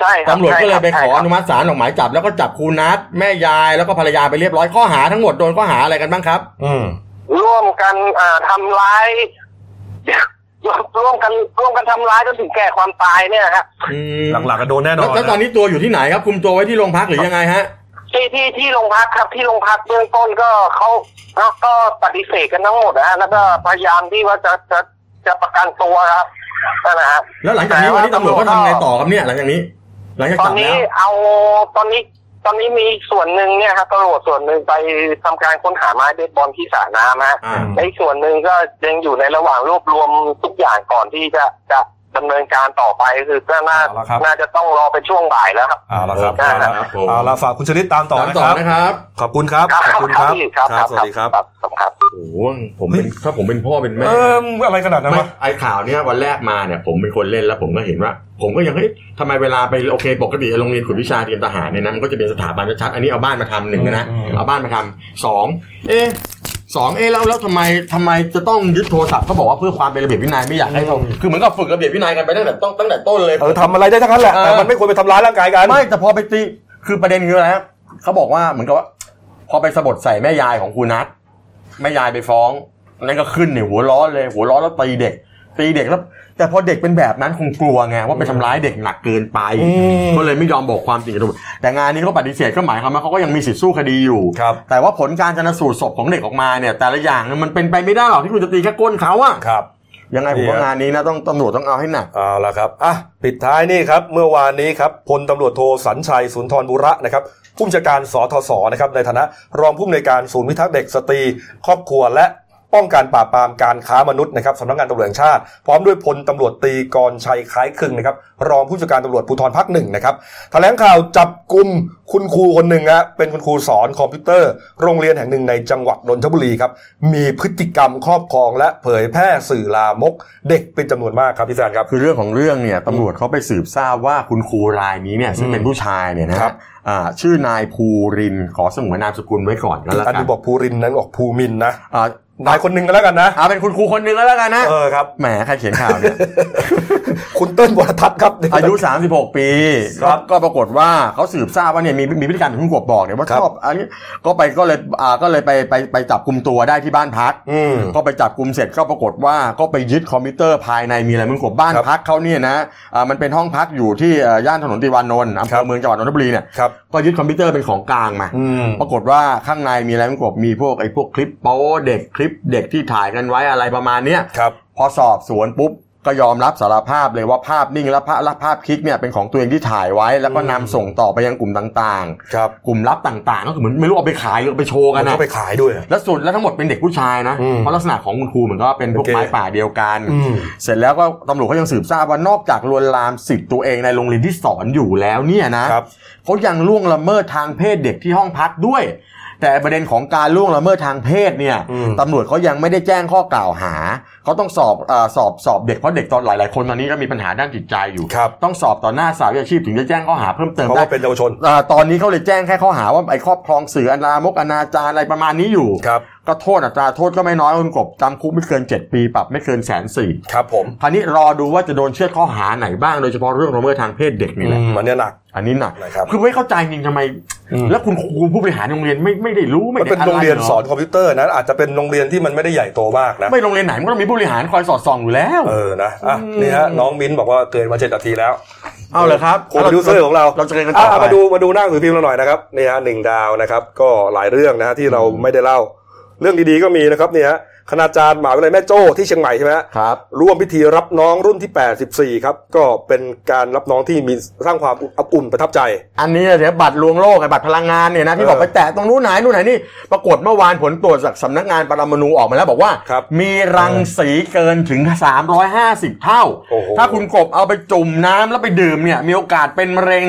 Speaker 6: ใช่ครับ
Speaker 2: ตำรวจก็เลยไปขออนุ
Speaker 6: ติ
Speaker 2: มัติศาลออกหมายจับแล้วก็จับครูนัทแม่ยายแล้วก็ภรรยาไปเรียบร้อยข้อหาทั้งหมดโดนข้อหาอะไรกันบ้างครับ
Speaker 1: อืม
Speaker 6: ร่วมกันอ่าทำร้าย *laughs* ร่วมกันร่วมกันทำร้ายจนถึงแก่ความตายเนี่ยฮะ
Speaker 1: หลักๆก็โดนแน่น
Speaker 2: แล้
Speaker 1: อ
Speaker 2: วน แล้วตอนนี้ตัวอยู่ที่ไหนครับคุมตัวไว้ที่โรงพักหรือยังไงฮะ
Speaker 6: ที่ที่ที่โรงพักครับที่โรงพักเบื้องต้นก็เขาเขาก็ปฏิเสธกันทั้งหมดนะฮะแล้วก็พยายามที่ว่าจะจะจะประกันตัวครับนั่นแหละฮะ
Speaker 2: แล้วหลังจากนี้วันนี้ตำรวจก็ทำไงต่อครับเนี่ย หลังจากนี้ หลังจาก
Speaker 6: ตอ
Speaker 2: จั
Speaker 6: น
Speaker 2: บแล้
Speaker 6: นี้
Speaker 2: ว
Speaker 6: เอาตอนนี้ตอนนี้มีส่วนหนึ่งเนี่ยครับตำรวจส่วนหนึ่งไปทำการค้นหาไม้เบสบอลที่สระน้ำฮะ
Speaker 2: อ่า
Speaker 6: และอีกส่วนหนึ่งก็ยังอยู่ในระหว่างรวบรวมทุกอย่างก่อนที่จะจะดำเนินการต่อไปคือก็น่า
Speaker 1: เอาละครับ
Speaker 6: น่าจะต้องรอไปช่วงบ่ายแล้วครับ
Speaker 1: เอาละครับ
Speaker 6: ได้
Speaker 1: เอา
Speaker 6: ครั
Speaker 1: ละ
Speaker 6: บ
Speaker 1: ครับเอาละฝากคุณชลิดตามต่อ
Speaker 2: ตาม
Speaker 1: นะค
Speaker 2: ต่อ
Speaker 1: รับ
Speaker 2: นะครับ
Speaker 1: ขอบคุณครับ ขอบคุณครับ
Speaker 6: พี่
Speaker 1: ครับสวัสดีครับ
Speaker 6: ครับขอบคุณครับ
Speaker 2: โอ้โหผมเป็นถ้าผมเป็นพ่อเป็นแม่
Speaker 1: เอออะไรขนาดนั้น
Speaker 2: ไม่
Speaker 1: วะ
Speaker 2: ไอข่าวเนี้ยวันแรกมาเนี่ยผมเป็นคนเล่นแล้วผมก็เห็นว่า ผมก็ยังเฮ้ยทำไมเวลาไปโอเคปกติโรงเรียนขุนวิชาเตรียมทหารเนี่ยนะมันก็จะเป็นสถาบันชัดๆอันนี้เอาบ้านมาทำหนึ่งนะ
Speaker 1: อืมอืม
Speaker 2: เอาบ้านมาทำสองเอ๊ะสองเอ๊ะแล้วแล้วทำไมทำไมจะต้องยึดโทรศัพท์เขาบอกว่าเพื่อความเป็นระเบียบวินัยไม่อยากให้ทำคือเหมือนกับฝึกระเบียบวินัยกันไปตั้งแต่ต้องตั้งแต่ต้นเลย
Speaker 1: เออทำอะไรได้ทั้งนั้นแหละ แต่มันไม่ควรไปทำร้ายร่างกายกัน
Speaker 2: *coughs* ไม่แต่พอไปตีคือประเด็นคืออะไรฮะเขาบอกว่าเหมือนกับว่า พอไปสะบดใส่แม่ยายของครูนัทแม่ยายไปฟ้องนั่นก็ขึ้นเนี่ยหัวร้อนเลย หัวร้อนแล้วตีเด็ก ตีเด็กแล้ว แต่พอเด็กเป็นแบบนั้นคงกลัวไงว่าไปทำร้ายเด็กหนักเกินไป
Speaker 1: ม
Speaker 2: ก็เลยไม่ยอมบอกความจริงกับตำรวจแต่งานนี้เขาปฏิเสธก็หมายความว่าเขาก็ยังมีสิทธิ์สู้คดีอยู่
Speaker 1: ครับ
Speaker 2: แต่ว่าผลการชนสูตรศพของเด็กออกมาเนี่ย แต่ละอย่างเนี่ยมันเป็นไปไม่ได้หรอกที่คุณจะตีแค่ก้นเขาอะ
Speaker 1: ครับ
Speaker 2: ยังไงผมว่างานนี้นะต้องตำรวจต้องเอาให้หนัก
Speaker 1: เอาละครับ อ่ะ ปิดท้ายนี่ครับ เมื่อวานนี้ครับ พลตำรวจโทสัญชัยสุนทรบุระนะครับ ผู้บัญชาการสทศนะครับ ในฐานะ รองผู้อำนวยการศูนย์พิทักษ์เด็กสตรี ครอบครัวและป้องกันปราบปรามการค้ามนุษย์นะครับสำนักงานตำรวจแห่งชาติ พร้อมด้วยพลตำรวจตรีกรชัยคล้ายคลึงนะครับ รองผู้จัดการตำรวจภูธรภาคหนึ่งนะครับ แถลงข่าวจับกลุ่มคุณครูคนหนึ่งฮะเป็นคุณครูสอนคอมพิวเตอร์ โรงเรียนแห่งหนึ่งในจังหวัดนนทบุรีครับ มีพฤติกรรมครอบครองและเผยแพร่สื่อลามก เด็กเป็นจำนวนมากครับพี่แซนครับ
Speaker 2: คือเรื่องของเรื่องเนี่ยตำรวจเขาไปสืบทราบว่าคุณครูรายนี้เนี่ยซึ่งเป็นผู้ชายเนี่ยนะ
Speaker 1: ค
Speaker 2: ค
Speaker 1: รั
Speaker 2: รับ บอ่าชื่อนายภูรินทร์ขอสมวนนามสกุลไว้ก่อนก็แล้ว
Speaker 1: อัน
Speaker 2: กั
Speaker 1: นี้
Speaker 2: น
Speaker 1: บอกภูรินทร์นั้นบอกภูมินทร์นะ
Speaker 2: อ่าน
Speaker 1: ายคนหนึ่งก็แล้วกันนะ
Speaker 2: เอาเป็นคุณครูคนหนึ่งก็แล้วกันนะ
Speaker 1: เออครับ
Speaker 2: แหมใครเขียนข่าวเนี่
Speaker 1: *laughs*
Speaker 2: ย *laughs*
Speaker 1: คุณเติ้ลวรทัศน์ครับ
Speaker 2: อายุ 36 ปี
Speaker 1: ค
Speaker 2: ก็
Speaker 1: รับ
Speaker 2: ก็ปรากฏว่าเขาสืบทราบว่าเนี่ยมีมีพฤติกรรมที่คุณกบบอกเนี่ยว่า
Speaker 1: ครับ
Speaker 2: ชอบอันนี้ก็ไปก็เลยอ่าก็เลยไปไปไปจับกลุ่มตัวได้ที่บ้านพัก
Speaker 1: อืม
Speaker 2: ก็ไปจับกลุ่มเสร็จก็ปรากฏว่าก็ไปยึดคอมพิวเตอร์ภายในมีอะไรมึงกบบ้าน
Speaker 1: ครับ
Speaker 2: พักเขาเนี่ยนะอ่ามันเป็นห้องพักอยู่ที่เอ่อย่านถนนติวานนท์
Speaker 1: ค
Speaker 2: อำเภ
Speaker 1: รับ
Speaker 2: อเมืองจังหวัดนนทบุรีเนี่ย
Speaker 1: ครับ
Speaker 2: ก็ยึดคอมพิวเตอร์เป็นของกลางมา
Speaker 1: อืม
Speaker 2: ปรากฏว่าข้างในมีอะไรมึงกบมีพวกไอ้พวกคลิปโป๊เด็กคลิปเด็กที่ถ่ายกันไว้อะไรประมาณเนี้ย
Speaker 1: ครับ
Speaker 2: พอสอบสวนปุ๊บก็ยอมรับสารภาพเลยว่าภาพนิ่งและภาพและภาพคลิปเนี่ยเป็นของตัวเองที่ถ่ายไว้ แล้วก็นำส่งต่อไปยังกลุ่มต่าง
Speaker 1: ครับ
Speaker 2: ๆ กลุ่มลับต่างๆ ก็คือเหมือนไม่รู้เอาไปขายหรือเอาไปโชว์กั
Speaker 1: มัน น
Speaker 2: นะ
Speaker 1: ก็ไปขายด้วย
Speaker 2: แล้วส่วนแล้วทั้งหมดเป็นเด็กผู้ชายนะ
Speaker 1: อืม
Speaker 2: เพราะลักษณะของคุณครูเหมือนก็เป็นพวก
Speaker 1: โอเค
Speaker 2: ไม้ป่าเดียวกัน
Speaker 1: อืม
Speaker 2: เสร็จแล้วก็ตำรวจก็ยังสืบทราบว่านอกจากลวนลามสิทธิ์ตัวเองในโรงเรียนที่สอนอยู่แล้วเนี่ยนะครับ เขายังล่วงละเมิดทางเพศเด็กที่ห้องพักด้วย แต่ประเด็นของการล่วงละเมิดทางเพศเนี่ย
Speaker 1: อืม
Speaker 2: ตำรวจเขายังไม่ได้แจ้งข้อกล่าวหาเขาต้องสอบเออสอบสอบเด็กเพราะเด็กตอนหลายๆคนตอนนี้ก็มีปัญหาด้านจิตใจอยู่
Speaker 1: ครับ
Speaker 2: ต้องสอบต่อหน้าสาวอาชีพถึงจะแจ้งข้อหาเพิ่มเติม
Speaker 1: เพราะ
Speaker 2: ได้
Speaker 1: ว่าเป็นเยาวชน
Speaker 2: อ่าตอนนี้เขาเลยแจ้งแค่ข้อหาว่าไอ้ครอบครองสื่ออนาลามกอนาจารอะไรประมาณนี้อยู่
Speaker 1: ครับ
Speaker 2: ก็โทษอัตราโทษก็ไม่น้อยคุณกบจำคุกไม่เกิน 7 ปีปรับไม่เกินแสนสี่
Speaker 1: ครับผม
Speaker 2: คราวนี้รอดูว่าจะโดนเชื่อดข้อหาไหนบ้างโดยเฉพาะเรื่องละเมิดทางเพศเด็ก
Speaker 1: อื
Speaker 2: นี่แหละ
Speaker 1: มอันเนี้ยหนัก
Speaker 2: อันนี้หนัก
Speaker 1: นะครับ
Speaker 2: คือไม่เข้าใจจริงทำไม แล้วคุณครูผู้บริหารโรงเรียนไม่ไม่ได้รู้ไม่
Speaker 1: มัน
Speaker 2: ได้
Speaker 1: เป็น
Speaker 2: อะไร
Speaker 1: โรงเรียน
Speaker 2: ห
Speaker 1: สอนคอมพิวเตอร์นะ อาจจะเป็นโรงเรียนที่มันไม่ได้ใหญ่โตมากนะ
Speaker 2: ไม่โรงเรียนไหนมันก็ต้องมีผู้บริหารคอยสอดส่องอยู่แล้ว
Speaker 1: เออ นะ อ่ะ นี่ฮะ น้องมิ้นบอกว่าเกินมาเจ็ดนาทีแล้ว
Speaker 2: เอาเลยครับ
Speaker 1: โคโปรดิวเซอร์ของเรา
Speaker 2: เราจะเรียนกันต่อ
Speaker 1: ะ
Speaker 2: ไป
Speaker 1: มาดูมาดูหน้าหนังสือพิมพ์เราหน่อยนะครับนี่ฮะหนึ่งดาวนะครับ ก็หลายเรื่องนะฮะที่เราไม่ได้เล่า เรื่องดีๆก็มีนะครับเนี่ยฮะคณาจารย์หมหาวิทยาลัยแม่โจ้ที่เชียงใหม่ใช่ไหมฮะ
Speaker 2: ครับ
Speaker 1: ร่วมพิธีรับน้องรุ่นที่ 84 ครับ ก็เป็นการรับน้องที่มีสร้างความอบอุ่นประทับใจ
Speaker 2: อันนี้เดี๋ยวบัตรลวงโลกไอ้บัตรพลังงานเนี่ยนะที่บอก
Speaker 1: เออ
Speaker 2: ไปแตะตรงนู้นไหนนู่นไหนนี่ปรากฏเมื่อวานผลตรวจจากสำนักงานปรมาณูออกมาแล้วบอกว่า
Speaker 1: ครับ
Speaker 2: มีรังสีเกินถึง 350 เท่า
Speaker 1: โอ้โห
Speaker 2: ถ้าคุณกบเอาไปจุ่มน้ำแล้วไปดื่มเนี่ยมีโอกาสเป็นมะเร็ง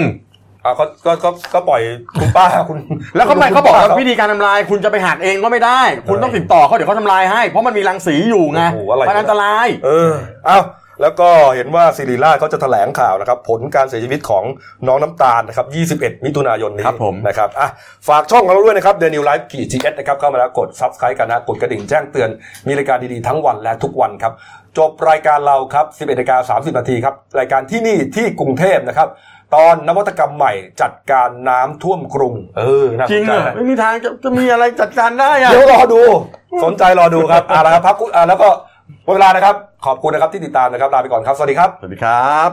Speaker 1: อ่ะก็ก็ก็ก็ปล่อยคุณป้าคุณ
Speaker 2: แล้วเขาไม่
Speaker 1: คุณ
Speaker 2: เขาบอก
Speaker 1: ป้
Speaker 2: ว่าวิธีการทำลาย คุณจะไปหักเองก็ไม่ได้ คุณต้องติดต่อเขาเดี๋ยวเขาทำลายให้เพราะมันมีรังสีอยู่ไง
Speaker 1: โอ้โหอะไร
Speaker 2: มันอันตราย
Speaker 1: เออเอาแล้วก็เห็นว่าศิริราชเขาจะแถลงข่าวนะครับ ผลการเสียชีวิตของน้องน้ำตาลนะครับ 21 มิถุนายนนี้
Speaker 2: ครับผม
Speaker 1: นะครับอ่ะฝากช่องของเราด้วยนะครับเดนิวไลฟ์กีจีเอสนะครับ เข้ามาแล้วกดซับสไครต์กันนะกดกระดิ่งแจ้งเตือน มีรายการดีๆทั้งวันและทุกวันครับ จบรายการเราครับ 11นาฬิกา30นาทีครับ รายการที่นี่ที่กรุงเทพนะครับ ตอนนวัตกรรมใหม่จัดการน้ำท่วมกรุง เออน่าส
Speaker 2: จริง
Speaker 1: น
Speaker 2: เห
Speaker 1: ใจ
Speaker 2: รอ
Speaker 1: นะ
Speaker 2: ไม่มีทางจะจะมีอะไรจัดการได้อะ
Speaker 1: เดี๋ยวรอดู สนใจรอดูครับเอาละครับพักกูอ่าแล้วก็หมดเวลานะครับ ขอบคุณนะครับที่ติดตามนะครับลาไปก่อนครับสวัสดีครับ
Speaker 3: สวัสดีครับ